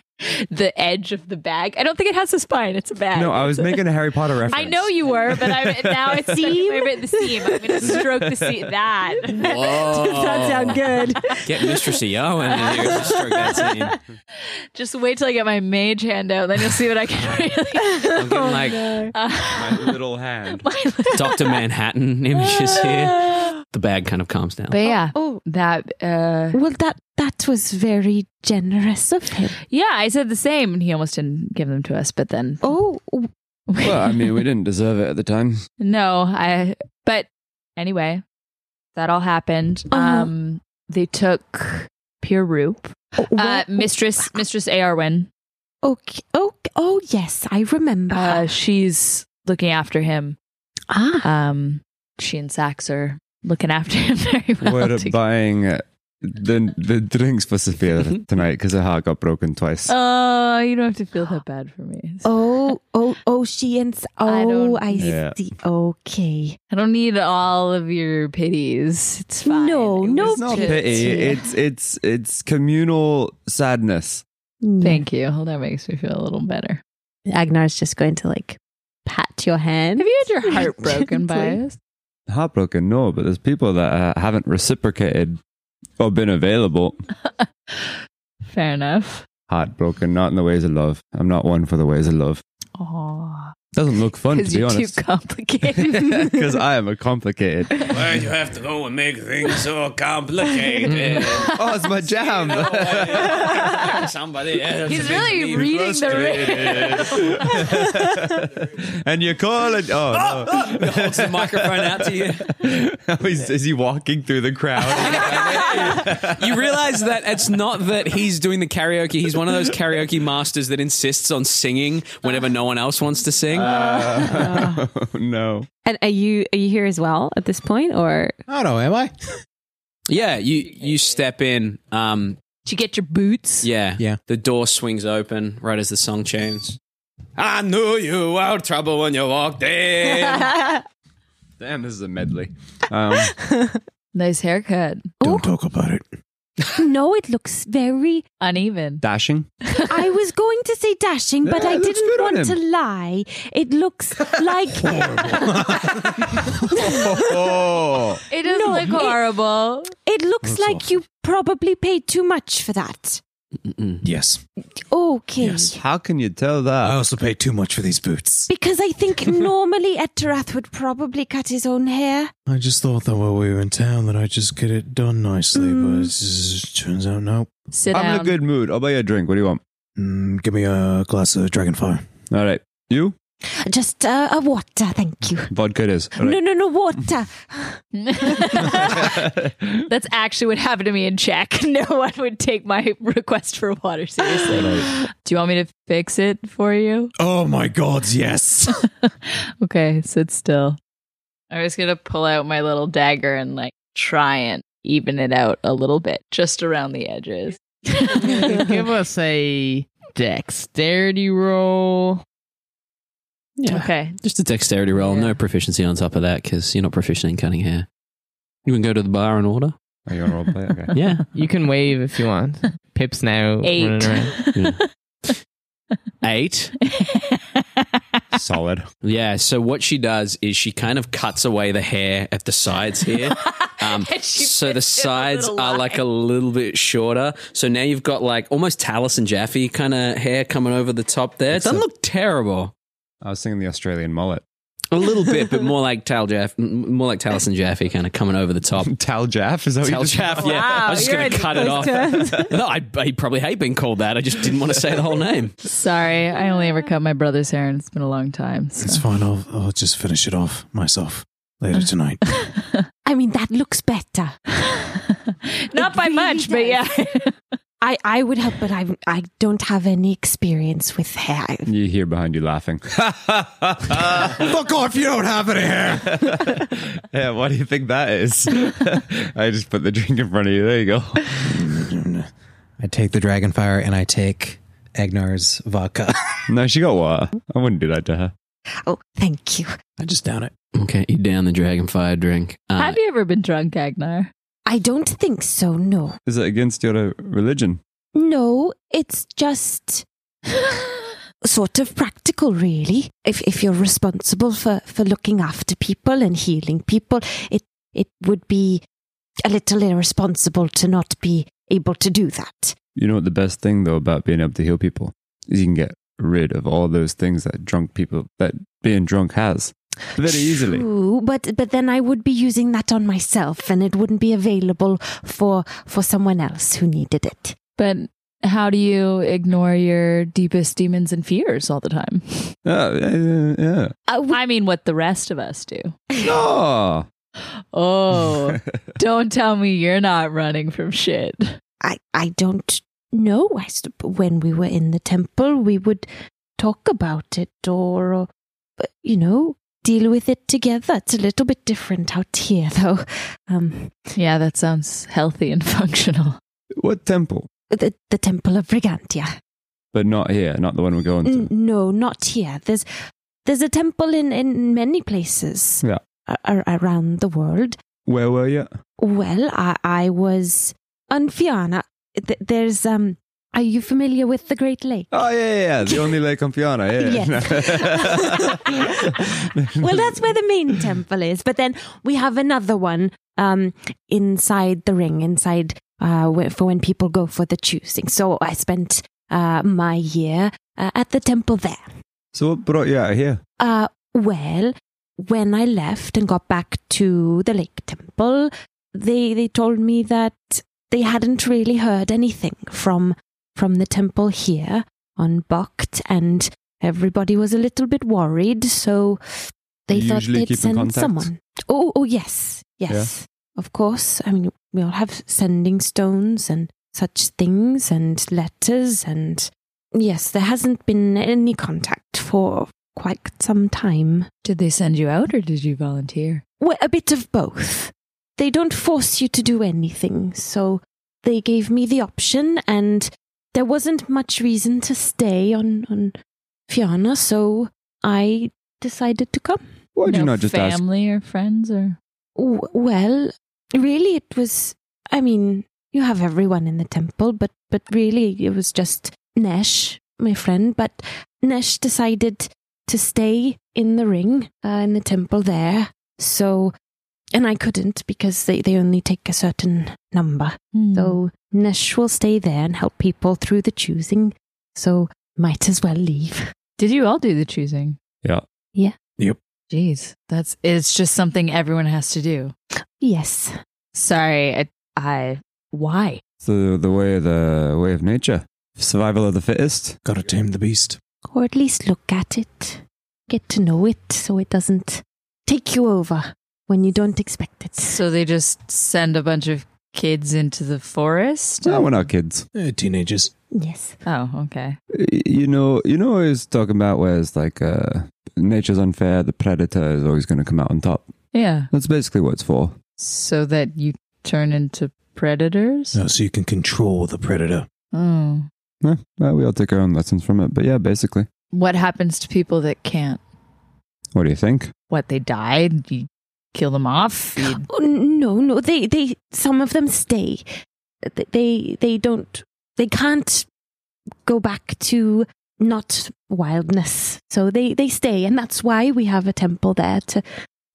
the edge of the bag. I don't think it has a spine. It's a bag.
no, I was
It's a-
making a Harry Potter reference.
I know you were, but I'm, now it's
Seam?
my favorite, the seam. I'm going to stroke the seam. That.
Whoa.
that
Oh.
sound good?
Get Mistress EO in here to stroke that scene.
Just wait till I get my mage hand out, then you'll see what I can really.
I'm getting like
Oh,
My little hand.
Dr. Manhattan images here. The bag kind of calms down.
But yeah,
oh,
that. Uh,
well, that that was very generous of him.
Yeah, I said the same, and he almost didn't give them to us, but then.
Oh,
well, I mean, we didn't deserve it at the time.
No, I. But anyway, that all happened. Um, they took Pure Roop, uh, Mistress Mistress Arwen.
Okay. Oh, oh yes, I remember.
Uh, she's looking after him.
Ah.
Um, she and Sax are looking after him very well.
We're
together.
buying uh, the the drinks for Sophia tonight because her heart got broken twice.
Oh, you don't have to feel that bad for me.
Oh, oh, oh, she and
I
oh,
don't-
I,
Yeah.
see. Okay.
I don't need all of your pities. It's fine.
No, no
it's not pity. It's it's it's communal sadness.
Thank you. Well, that makes me feel a little better.
Mm. Agnar's just going to like pat your hand.
Have you had your heart broken by
Gently.
us?
Heartbroken, no, but there's people that uh, haven't reciprocated or been available.
Fair enough.
Heartbroken, not in the ways of love. I'm not one for the ways of love.
Aw.
Doesn't look fun to
Because
be
you're
honest.
too complicated.
Because I am a complicated.
Why do you have to go and make things so complicated?
oh, it's my jam.
Somebody else.
He's really reading the
and you call it. Oh,
He holds the microphone out to you.
no.
Oh,
Is, is he walking through the crowd?
You realize that it's not that he's doing the karaoke. He's one of those karaoke masters that insists on singing whenever no one else wants to sing.
Uh,
oh, no.
And are you are you here as well at this point, or
I don't know, am I?
Yeah, you you step in. Um,
Did you get your boots?
yeah,
Yeah.
The door swings open right as the song tunes.
I knew you were out of trouble when you walked in.
Damn, this is a medley. Um,
Nice haircut.
Don't talk about it.
no? It looks very.
Uneven.
dashing.
I was going to say dashing, but
Yeah,
I
it looks
didn't
good on
want to
him.
lie. It looks like
Oh,
It doesn't
No,
look
it-
horrible.
it looks like you probably paid too much for that.
Yes.
Okay.
Yes.
how can you tell that?
I
Oh.
also pay too much for these boots.
Because I think normally Etterath would probably cut his own hair.
I just thought that while we were in town that I'd just get it done nicely, but it turns out no.
Sit
I'm in
down.
a good mood. I'll buy you a drink. What do you want?
Mm, give me a glass of dragonfire.
All right. You?
Just uh, a water, thank you.
Vodka it is.
No, no, no, water.
That's actually what happened to me in check. No one would take my request for water seriously. Do you want me to fix it for you?
Oh my god, yes.
Okay, sit still. I was gonna pull out my little dagger and like try and even it out a little bit, just around the edges.
Give us a dexterity roll.
Yeah.
Okay.
Just a dexterity roll, no proficiency on top of that because you're not proficient in cutting hair. You can go to the bar and order.
Are you on roleplay? Okay.
Yeah.
You can wave if you want. Pip's now
Eight.
running around.
Eight.
Solid.
Yeah. So what she does is she kind of cuts away the hair at the sides here. Um, so the sides
little
are like a little bit shorter. So now you've got like almost Tallis and Jaffe kind of hair coming over the top there. It doesn't look terrible.
I was thinking the Australian mullet.
A little bit, but more like Tal Jaff, m- more like Talis and Jaffe kind of coming over the top.
Oh,
Tal Jaff? Is that what you
Tal
just-
Jaff, yeah. I
Wow,
was just
you're
going to
into
cut it
those
off.
terms.
no, I, I probably hate being called that. I just didn't want to say the whole name.
Sorry, I only ever cut my brother's hair, and it's been a long time. so.
It's fine. I'll, I'll just finish it off myself
Uh.
later tonight.
I mean, that looks better.
Not by much, but yeah.
I, I would help, but I I don't have any experience with hair.
You hear behind you laughing.
Fuck off, you don't have any hair.
yeah, what do you think that is? I just put the drink in front of you. There you go.
I take the dragonfire and I take Agnar's vodka.
No, she got water. I wouldn't do that to her.
Oh, thank you.
I just down it.
Okay, you down the dragonfire drink. Uh,
Have you ever been drunk, Agnar?
I don't think so. No,
Is it against your uh, religion?
no, it's just sort of practical, really. If if you're responsible for for looking after people and healing people, it it would be a little irresponsible to not be able to do that.
You know what the best thing though about being able to heal people is you can get rid of all those things that drunk people that being drunk has very easily.
True, but but then I would be using that on myself, and it wouldn't be available for for someone else who needed it.
But how do you ignore your deepest demons and fears all the time?
Yeah, yeah, yeah.
I mean, what the rest of us do.
No.
Oh, don't tell me you're not running from shit.
I I don't know. I sup- when we were in the temple, we would talk about it, or, or uh, you know, deal with it together. It's a little bit different out here, though. Um,
Yeah, that sounds healthy and functional.
What temple?
the the temple of Brigantia.
But not here, not the one we're going
N-
to.
no, not here. There's there's a temple in in many places
Yeah.
a- a- around the world.
Where were you?
Well, I, I was on Fiona. Th- there's um. Are you familiar with the Great Lake?
Ah,
Oh yeah, yeah, yeah. The only Lake Confiana, yeah.
Well, that's where the main temple is, but then we have another one um, inside the ring, inside uh, where- for when people go for the choosing. So I spent uh, my year uh, at the temple there.
so what brought you out of here?
Uh, well, when I left and got back to the Lake Temple, they they told me that they hadn't really heard anything from from the temple here on Bokt, and everybody was a little bit worried. So they
You
thought
usually
they'd
keep in
send
contact?
someone. Oh, oh yes, yes, of course. I mean, we all have sending stones and such things, and letters, and yes, there hasn't been any contact for quite some time.
Did they send you out or did you volunteer?
Well, a bit of both. They don't force you to do anything, so they gave me the option, and there wasn't much reason to stay on on Fiona, so I decided to come.
Why did
No
you not just ask?
family or friends or
W- well, really, it was. I mean, you have everyone in the temple, but but really, it was just Nesh, my friend. But Nesh decided to stay in the ring uh, in the temple there. So, and I couldn't because they they only take a certain number.
hmm. Mm.
So Nesh will stay there and help people through the choosing. So might as well leave.
did you all do the choosing?
Yeah.
Yeah.
Yep.
Jeez, that's it's just something everyone has to do.
Yes.
Sorry, I, I why?
So the way the way of nature. Survival of the fittest.
Gotta tame the beast.
Or at least look at it. get to know it so it doesn't take you over when you don't expect it.
So they just send a bunch of kids into the forest?
No, we're not kids.
teenagers.
Yes.
Oh, okay.
You know, you know, what I was talking about where it's like uh, nature's unfair. The predator is always going to come out on top.
Yeah.
That's basically what it's for.
So that you turn into predators?
No, so you can control the predator.
Oh.
Yeah, well, we all take our own lessons from it. But yeah, basically,
What happens to people that can't?
what do you think?
What, they died? You kill them off? You-
Oh, no, no. They, they, some of them stay. Th- They, they don't, they can't go back to not wildness. So they, they stay. And that's why we have a temple there to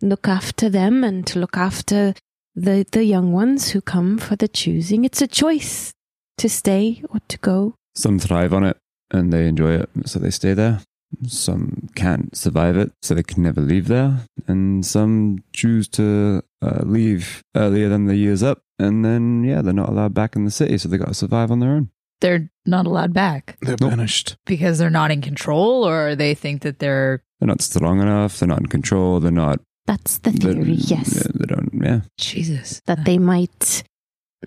look after them and to look after the, the young ones who come for the choosing. It's a choice to stay or to go.
Some thrive on it and they enjoy it, so they stay there. Some can't survive it, so they can never leave there. And some choose to uh, leave earlier than the year's up, and then yeah, they're not allowed back in the city, so they got to survive on their own.
They're not allowed back
They're banished.
because they're not in control or they think that they're.
They're not strong enough. They're not in control. They're not.
That's the
they're-
theory, yes.
Yeah, they don't. Yeah.
Jesus.
That they might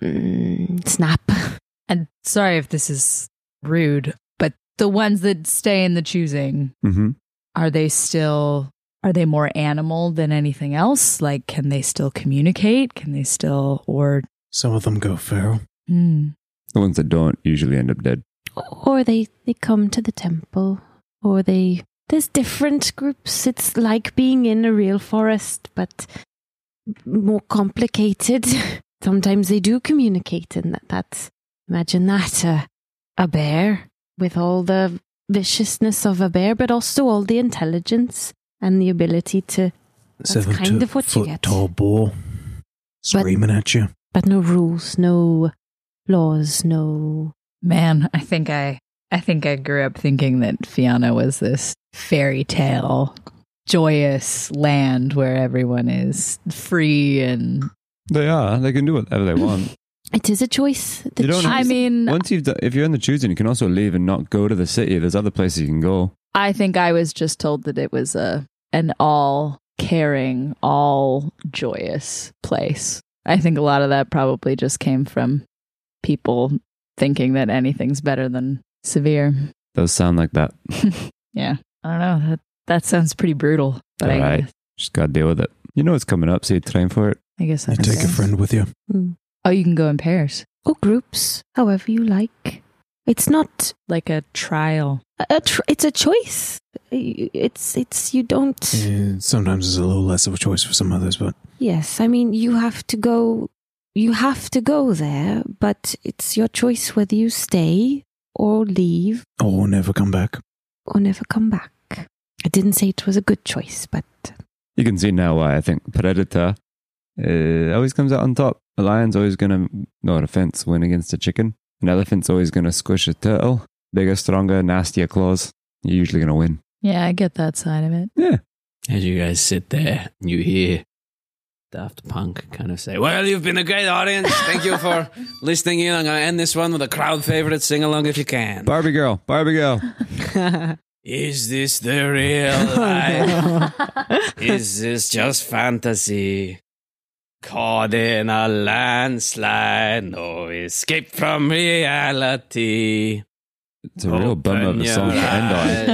mm, snap.
And sorry if this is rude, but the ones that stay in the choosing,
Mm-hmm.
are they still. Are they more animal than anything else? Like, can they still communicate? Can they still. Or.
Some of them go feral.
Hmm.
The ones that don't usually end up dead.
Or they, they come to the temple, or they. There's different groups. It's like being in a real forest, but more complicated. Sometimes they do communicate, and that, that's. Imagine that a, a bear with all the viciousness of a bear, but also all the intelligence and the ability to. That's
Seven
kind
to
of what
foot
you get.
tall boar screaming at you.
But no rules, no laws, no.
Man, I think I I think I grew up thinking that Fiona was this fairy tale joyous land where everyone is free and
They are. They can do whatever they want.
It is a choice. The
You don't-
choice-
I mean
Once you've done, if you're in the choosing, you can also leave and not go to the city. There's other places you can go.
I think I was just told that it was a an all caring, all joyous place. I think a lot of that probably just came from people thinking that anything's better than severe.
Those sound like that.
Yeah. I don't know. That that sounds pretty brutal, but
All
I,
right.
guess,
Just gotta deal with it. You know it's coming up, so you train for it.
I guess
You
that's
take a
it.
friend with you.
Oh, you can go in pairs.
or groups, however you like. It's not
like a trial.
a tr- it's a choice. It's it's you don't.
And sometimes it's a little less of a choice for some others, but
Yes, I mean you have to go. You have to go there, but it's your choice whether you stay or leave
oh, we'll never come back.
or never come back. I didn't say it was a good choice, but
You can see now why I think Predator uh, always comes out on top. A lion's always gonna, no offense, win against a chicken. An elephant's always gonna squish a turtle. Bigger, stronger, nastier claws. You're usually gonna win.
Yeah, I get that side of it.
Yeah.
As you guys sit there, you hear Daft Punk kind of say,
Well, you've been a great audience. Thank you for listening in. I'm going to end this one with a crowd favorite. Sing along if you can.
Barbie girl, Barbie girl.
Is this the real life? Is this just fantasy? Caught in a landslide, no escape from reality.
It's a
Oh,
real bummer of a song to end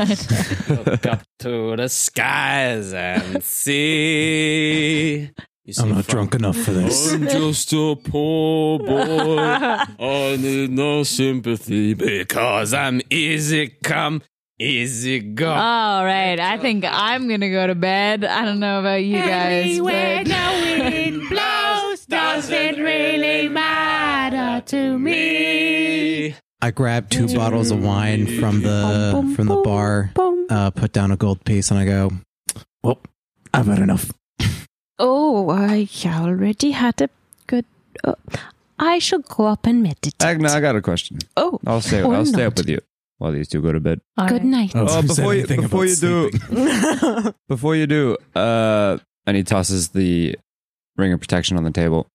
on.
Look up to the skies and see. You see
I'm not
from-
drunk enough for this.
I'm just a poor boy. I need no sympathy because I'm easy come, easy go.
All right. I think I'm going to go to bed. I don't know about you guys. But...
blows doesn't really matter to me.
I grabbed two bottles of wine from
Uh,
the from the bar, uh, put down a gold piece, and I go,
Well, I've had enough.
oh, I already had a good. Uh, I shall go up and meditate.
Agna, I got a question.
Oh,
I'll stay.
or
I'll stay
not.
up with you while these two go to bed.
All
Good
right.
night.
Oh,
Uh,
is there
before you,
anything
before
about
you do,
sleeping?
before you do, uh, and he tosses the ring of protection on the table.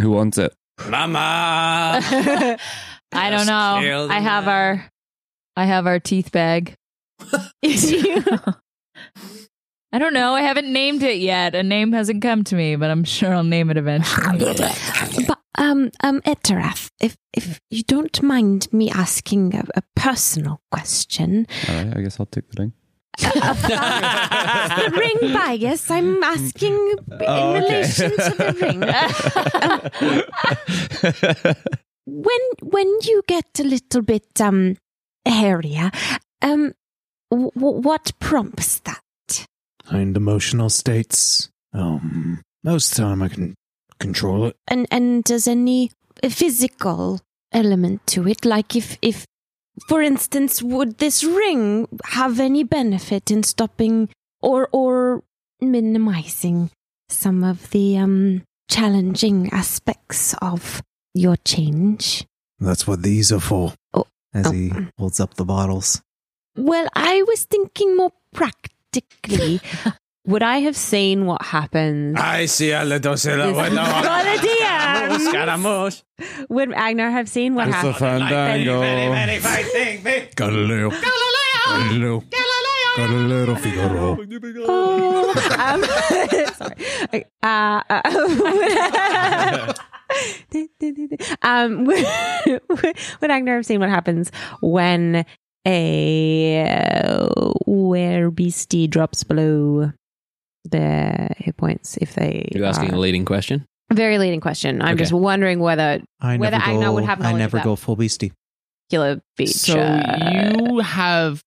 Who wants it?
Mama.
I don't
Just
know.
kill the
I have
man.
our I have our teeth bag. I don't know. I haven't named it yet. A name hasn't come to me, but I'm sure I'll name it eventually.
But um, um, Etteraf, if if you don't mind me asking a, a personal question,
All right, I guess I'll take the ring.
the ring bias, I'm asking in
Oh, okay.
relation to the ring. Um, when when you get a little bit um hairier, um, w- what prompts that?
Hind emotional states. Um, most time I can control it.
and and does any physical element to it like if if for instance would this ring have any benefit in stopping or or minimizing some of the um challenging aspects of your change
That's what these are for. As
oh.
he holds up the bottles.
well i was thinking more practically
Would I have seen what happens
I see a little silhouette.
Buenos dias.
Scaramouche.
Would Agnar have seen what
It's a
happens?
fandango. Very, very Galileo. Galileo. Galileo Figaro.
Oh, um, sorry. Uh, uh, um, would, would Agnar have seen what happens when a uh, were beastie drops below their hit points if they
You're asking
are-
a leading question.
very leading question. I'm just wondering whether
I
whether
never
Agnar
go,
would have
I
knowledge
never
of
go
that
full beastie.
particular beach. uh,
So you have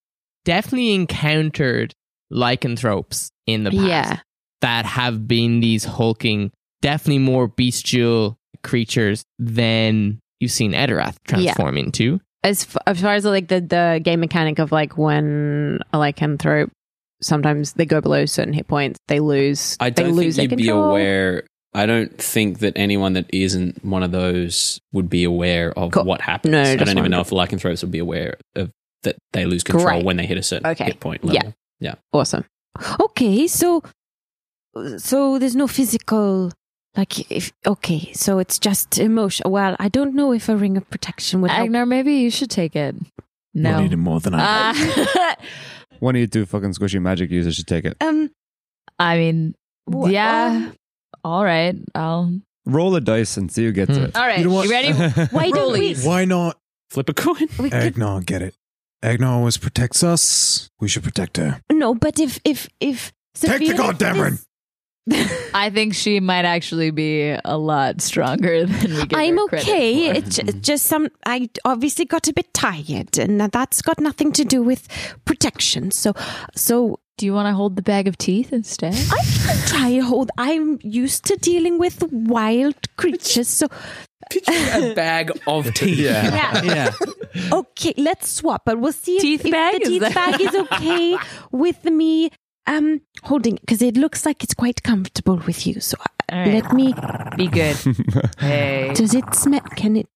definitely encountered lycanthropes in the past
Yeah.
that have been these hulking, definitely more bestial creatures than you've seen Edorath transform into.
as f- as far as like the the game mechanic of like when a lycanthrope sometimes they go below certain hit points they lose
I
they
don't
lose
think
their
you'd be
control.
aware. I don't think that anyone that isn't one of those would be aware of
Cool.
what happens.
No,
I
just
don't even
wondered.
know if lycanthropes would be aware of that they lose control
Great.
when they hit a certain
Okay.
hit point
Yeah.
level. Yeah.
awesome
okay so so there's no physical like if okay so it's just emotion well i don't know if a ring of protection would help
Agnar, maybe you should take it.
You
No.
need it more than I.
Uh,
One of you two fucking squishy magic users should take it.
um
I mean,
w-
yeah.
um,
all right. I'll.
Roll a dice and see who gets
Hmm.
it.
All right.
You know what?
You, ready?
why don't we
Rollies.
Why not?
Flip a coin.
we could
Agnar, get it. Agnar always protects us. We should protect her.
No, but if if if
Take the
Sophia-
goddamn
this-
ring.
I think she might actually be a lot stronger than we give
I'm
her credit
okay.
for.
It's ju- just some. I obviously got a bit tired, and that's got nothing to do with protection. So, so
Do you want to hold the bag of teeth instead?
I can try and hold. I'm used to dealing with wild creatures. So,
A bag of teeth. yeah.
yeah.
Yeah.
Okay, let's swap, but we'll see if-
Teeth
if,
bag?
the
Is
teeth
that-
bag is okay with me um holding because it looks like it's quite comfortable with you. So, uh,
All right.
let me.
be good. Hey.
Does it smell? Can it?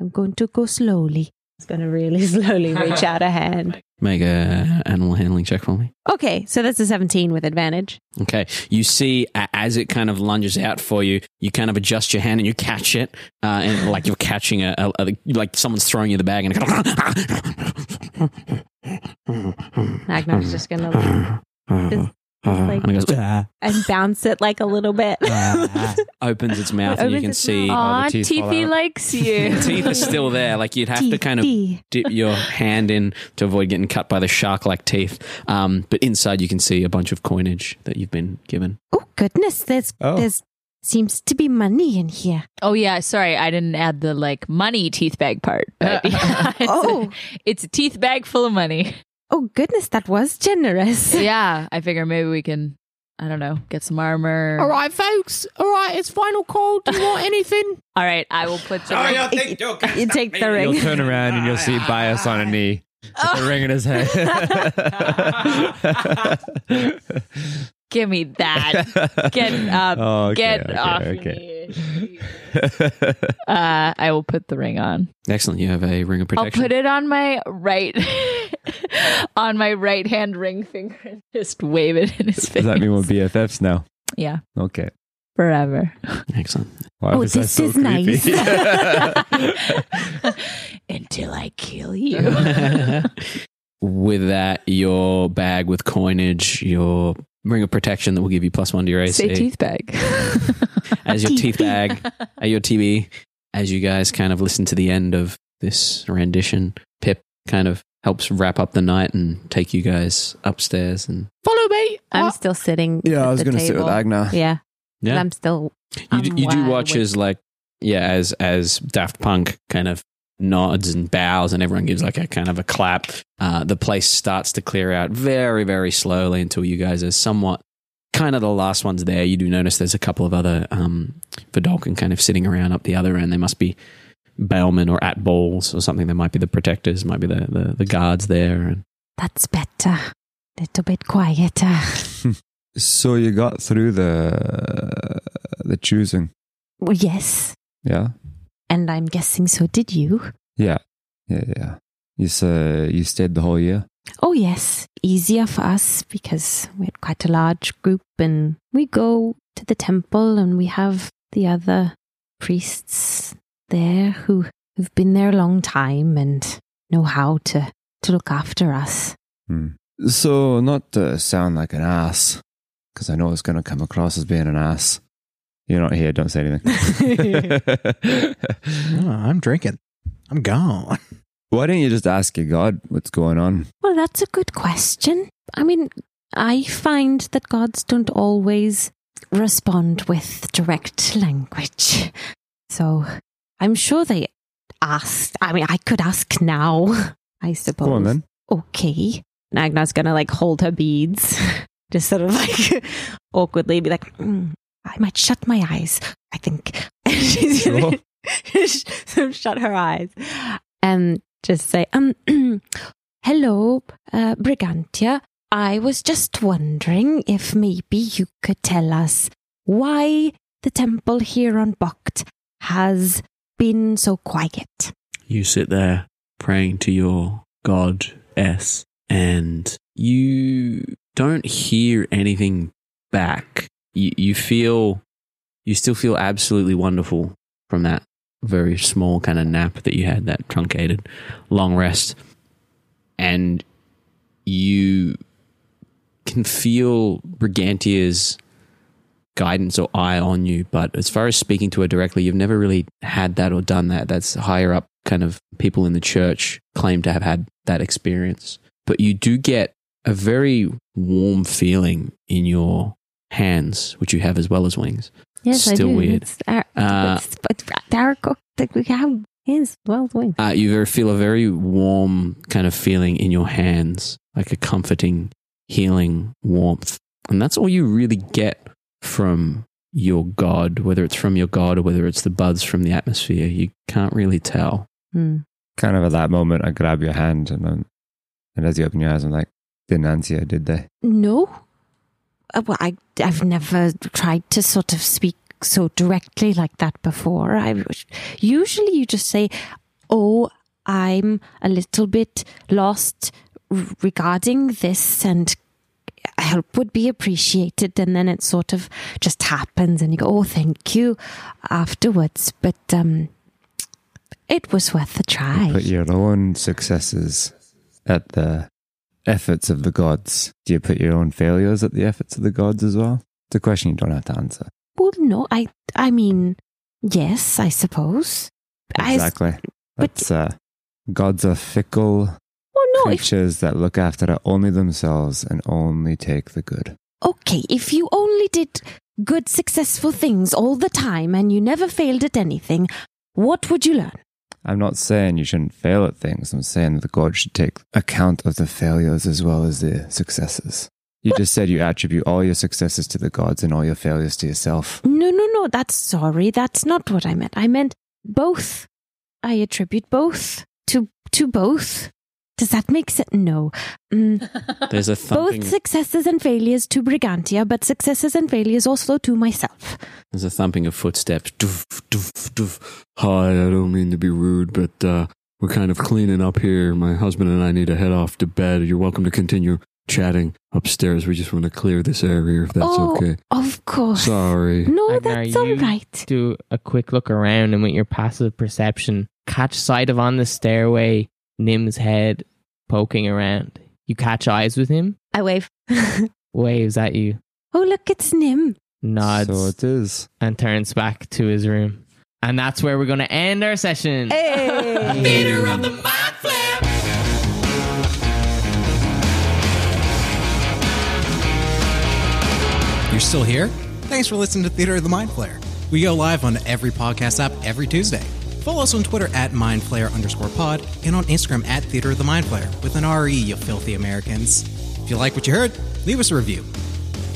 I'm going to go slowly.
it's gonna really slowly reach out a hand
Make a animal handling check for me.
okay so that's a 17 with advantage
Okay. You see, a- as it kind of lunges out for you, you kind of adjust your hand and you catch it, uh, and like you're catching a, a, a like someone's throwing you the bag, and it
Agnar's just gonna like, just, just, like,
and it goes,
and bounce it like a little bit
Uh, opens its mouth, and you
Opens
can
its Oh,
see
Aw,
Oh, the teeth fall
Teethy
out.
likes you.
the teeth are still there. Like you'd have to kind of
Teethy.
dip your hand in to avoid getting cut by the shark-like teeth. Um, but inside, you can see a bunch of coinage that you've been given.
Oh goodness, there's
Oh.
there's seems to be money in here.
Oh yeah, sorry, I didn't add the like money teeth bag part. But
Uh,
yeah, it's,
Oh.
a, it's a teeth bag full of money.
Oh goodness, that was generous.
Yeah, I figure maybe we can, I don't know, get some armor.
All right, folks. All right, it's final call. Do you want anything?
All right, I will put your.
you take the
You'll
ring
turn around and you'll see Bias on a knee with a ring in his hand.
give me that. Get up.
Oh, okay,
get
okay,
off
okay.
me. Uh, I will put the ring on.
Excellent. You have a ring of
I'll
protection.
put it on my right, on my right hand ring finger, and just wave it in his face.
Does that mean we're BFFs now?
yeah,
Okay.
forever.
Excellent.
Why
Oh,
was that
this
so
is
creepy?
Until I kill you.
With that, your bag with coinage, your ring of protection that will give you plus one to your AC.
Say teeth bag.
as your teeth bag at your TV as you guys kind of listen to the end of this rendition. Pip kind of helps wrap up the night and take you guys upstairs and
Follow me.
Ah.
I'm still sitting.
Yeah, I
at
was
the
gonna sit with
table.
Agna.
Yeah,
Yeah.
But I'm still.
you, d-
I'm
you do
wide
watch
awake.
as like yeah as as Daft Punk kind of nods and bows and everyone gives like a kind of a clap. Uh, the place starts to clear out very very slowly until you guys are somewhat kind of the last ones there. You do notice there's a couple of other um, Vidalcan kind of sitting around up the other end. They must be bailmen or at balls or something. They might be the protectors, might be the the, the guards there and.
That's better. Little bit quieter.
So you got through the the choosing.
Well, yes.
Yeah.
And I'm guessing so did you.
Yeah. Yeah, yeah. You uh, you stayed the whole year?
Oh, yes. Easier for us because we're quite a large group and we go
to the temple and we have the other priests there who have been there a long time and know how to to look after us.
Hmm. So not to sound like an ass, because I know it's going to come across as being an ass. You're not here. Don't say anything.
Oh, I'm drinking. I'm gone.
Why don't you just ask your God what's going on?
Well, that's a good question. I mean, I find that gods don't always respond with direct language. So, I'm sure they asked. I mean, I could ask now, I suppose.
Go on then.
Okay. And Agna's going to like hold her beads, just sort of like awkwardly be like, "Mm, I might shut my eyes, I think. And she's going to shut her eyes and just say, um, hello, uh, Brigantia. I was just wondering if maybe you could tell us why the temple here on Bokt has been so quiet.
You sit there praying to your god S, and you don't hear anything back. You, you feel, you still feel absolutely wonderful from that very small kind of nap that you had, that truncated long rest. And you can feel Brigantia's guidance or eye on you. But as far as speaking to her directly, you've never really had that or done that. That's higher up kind of people in the church claim to have had that experience. But you do get a very warm feeling in your hands, which you have as well as wings.
Yes, I
Still
do.
weird.
It's our,
Uh,
it's, but our cook that we have is well doing.
Uh, you very- feel a very warm kind of feeling in your hands, like a comforting, healing warmth. And that's all you really get from your God, whether it's from your God or whether it's the buds from the atmosphere. You can't really tell.
Hmm.
Kind of at that moment, I grab your hand and i and as you open your eyes, I'm like, didn't answer you, did they?
No, uh, well, I I've never tried to sort of speak so directly like that before. I was- usually you just say, "Oh, I'm a little bit lost r- regarding this," and help would be appreciated. And then it sort of just happens, and you go, "Oh, thank you," afterwards. But um, it was worth a try.
Put your own successes at the efforts of the gods. Do you put your own failures at the efforts of the gods as well? It's a question you don't have to answer.
Well, no, I I mean, yes, I suppose. I s-
Exactly. That's uh, gods are fickle
well, no, if
creatures that look after only themselves and only take the good.
Okay, if you only did good, successful things all the time and you never failed at anything, what would you learn?
I'm not saying you shouldn't fail at things. I'm saying that the god should take account of the failures as well as the successes. You just said you attribute all your successes to the gods and all your failures to yourself.
No, no, no, that's sorry. That's not what I meant. I meant both. I attribute both to to both. Does that make sense? No. Mm.
There's a thumping,
Both successes and failures to Brigantia, but successes and failures also to myself.
there's a thumping of footsteps. Doof, doof, doof. Hi, I don't mean to be rude, but uh,
We're kind of cleaning up here. My husband and I need to head off to bed. You're welcome to continue chatting upstairs. We just want to clear this area if that's
oh,
okay.
of course.
Sorry.
No,
Agnar,
that's
you
all right.
Do a quick look around and with your passive perception, catch sight of on the stairway Nim's head poking around. You catch eyes with him,
I wave.
waves at you,
Oh, look, it's Nim.
nods. So it is. And turns back to his room. And that's where we're going to end our session.
Hey.
Theater
of the
You're still here? Thanks for listening to Theater of the Mind Flayer. We go live on every podcast app every Tuesday. Follow us on Twitter at mindflayer underscore pod and on Instagram at Theater of the Mind Flayer with an RE, you filthy Americans. If you like what you heard, leave us a review.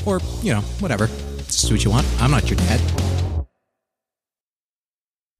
Or, you know, whatever. Just do what you want. I'm not your dad.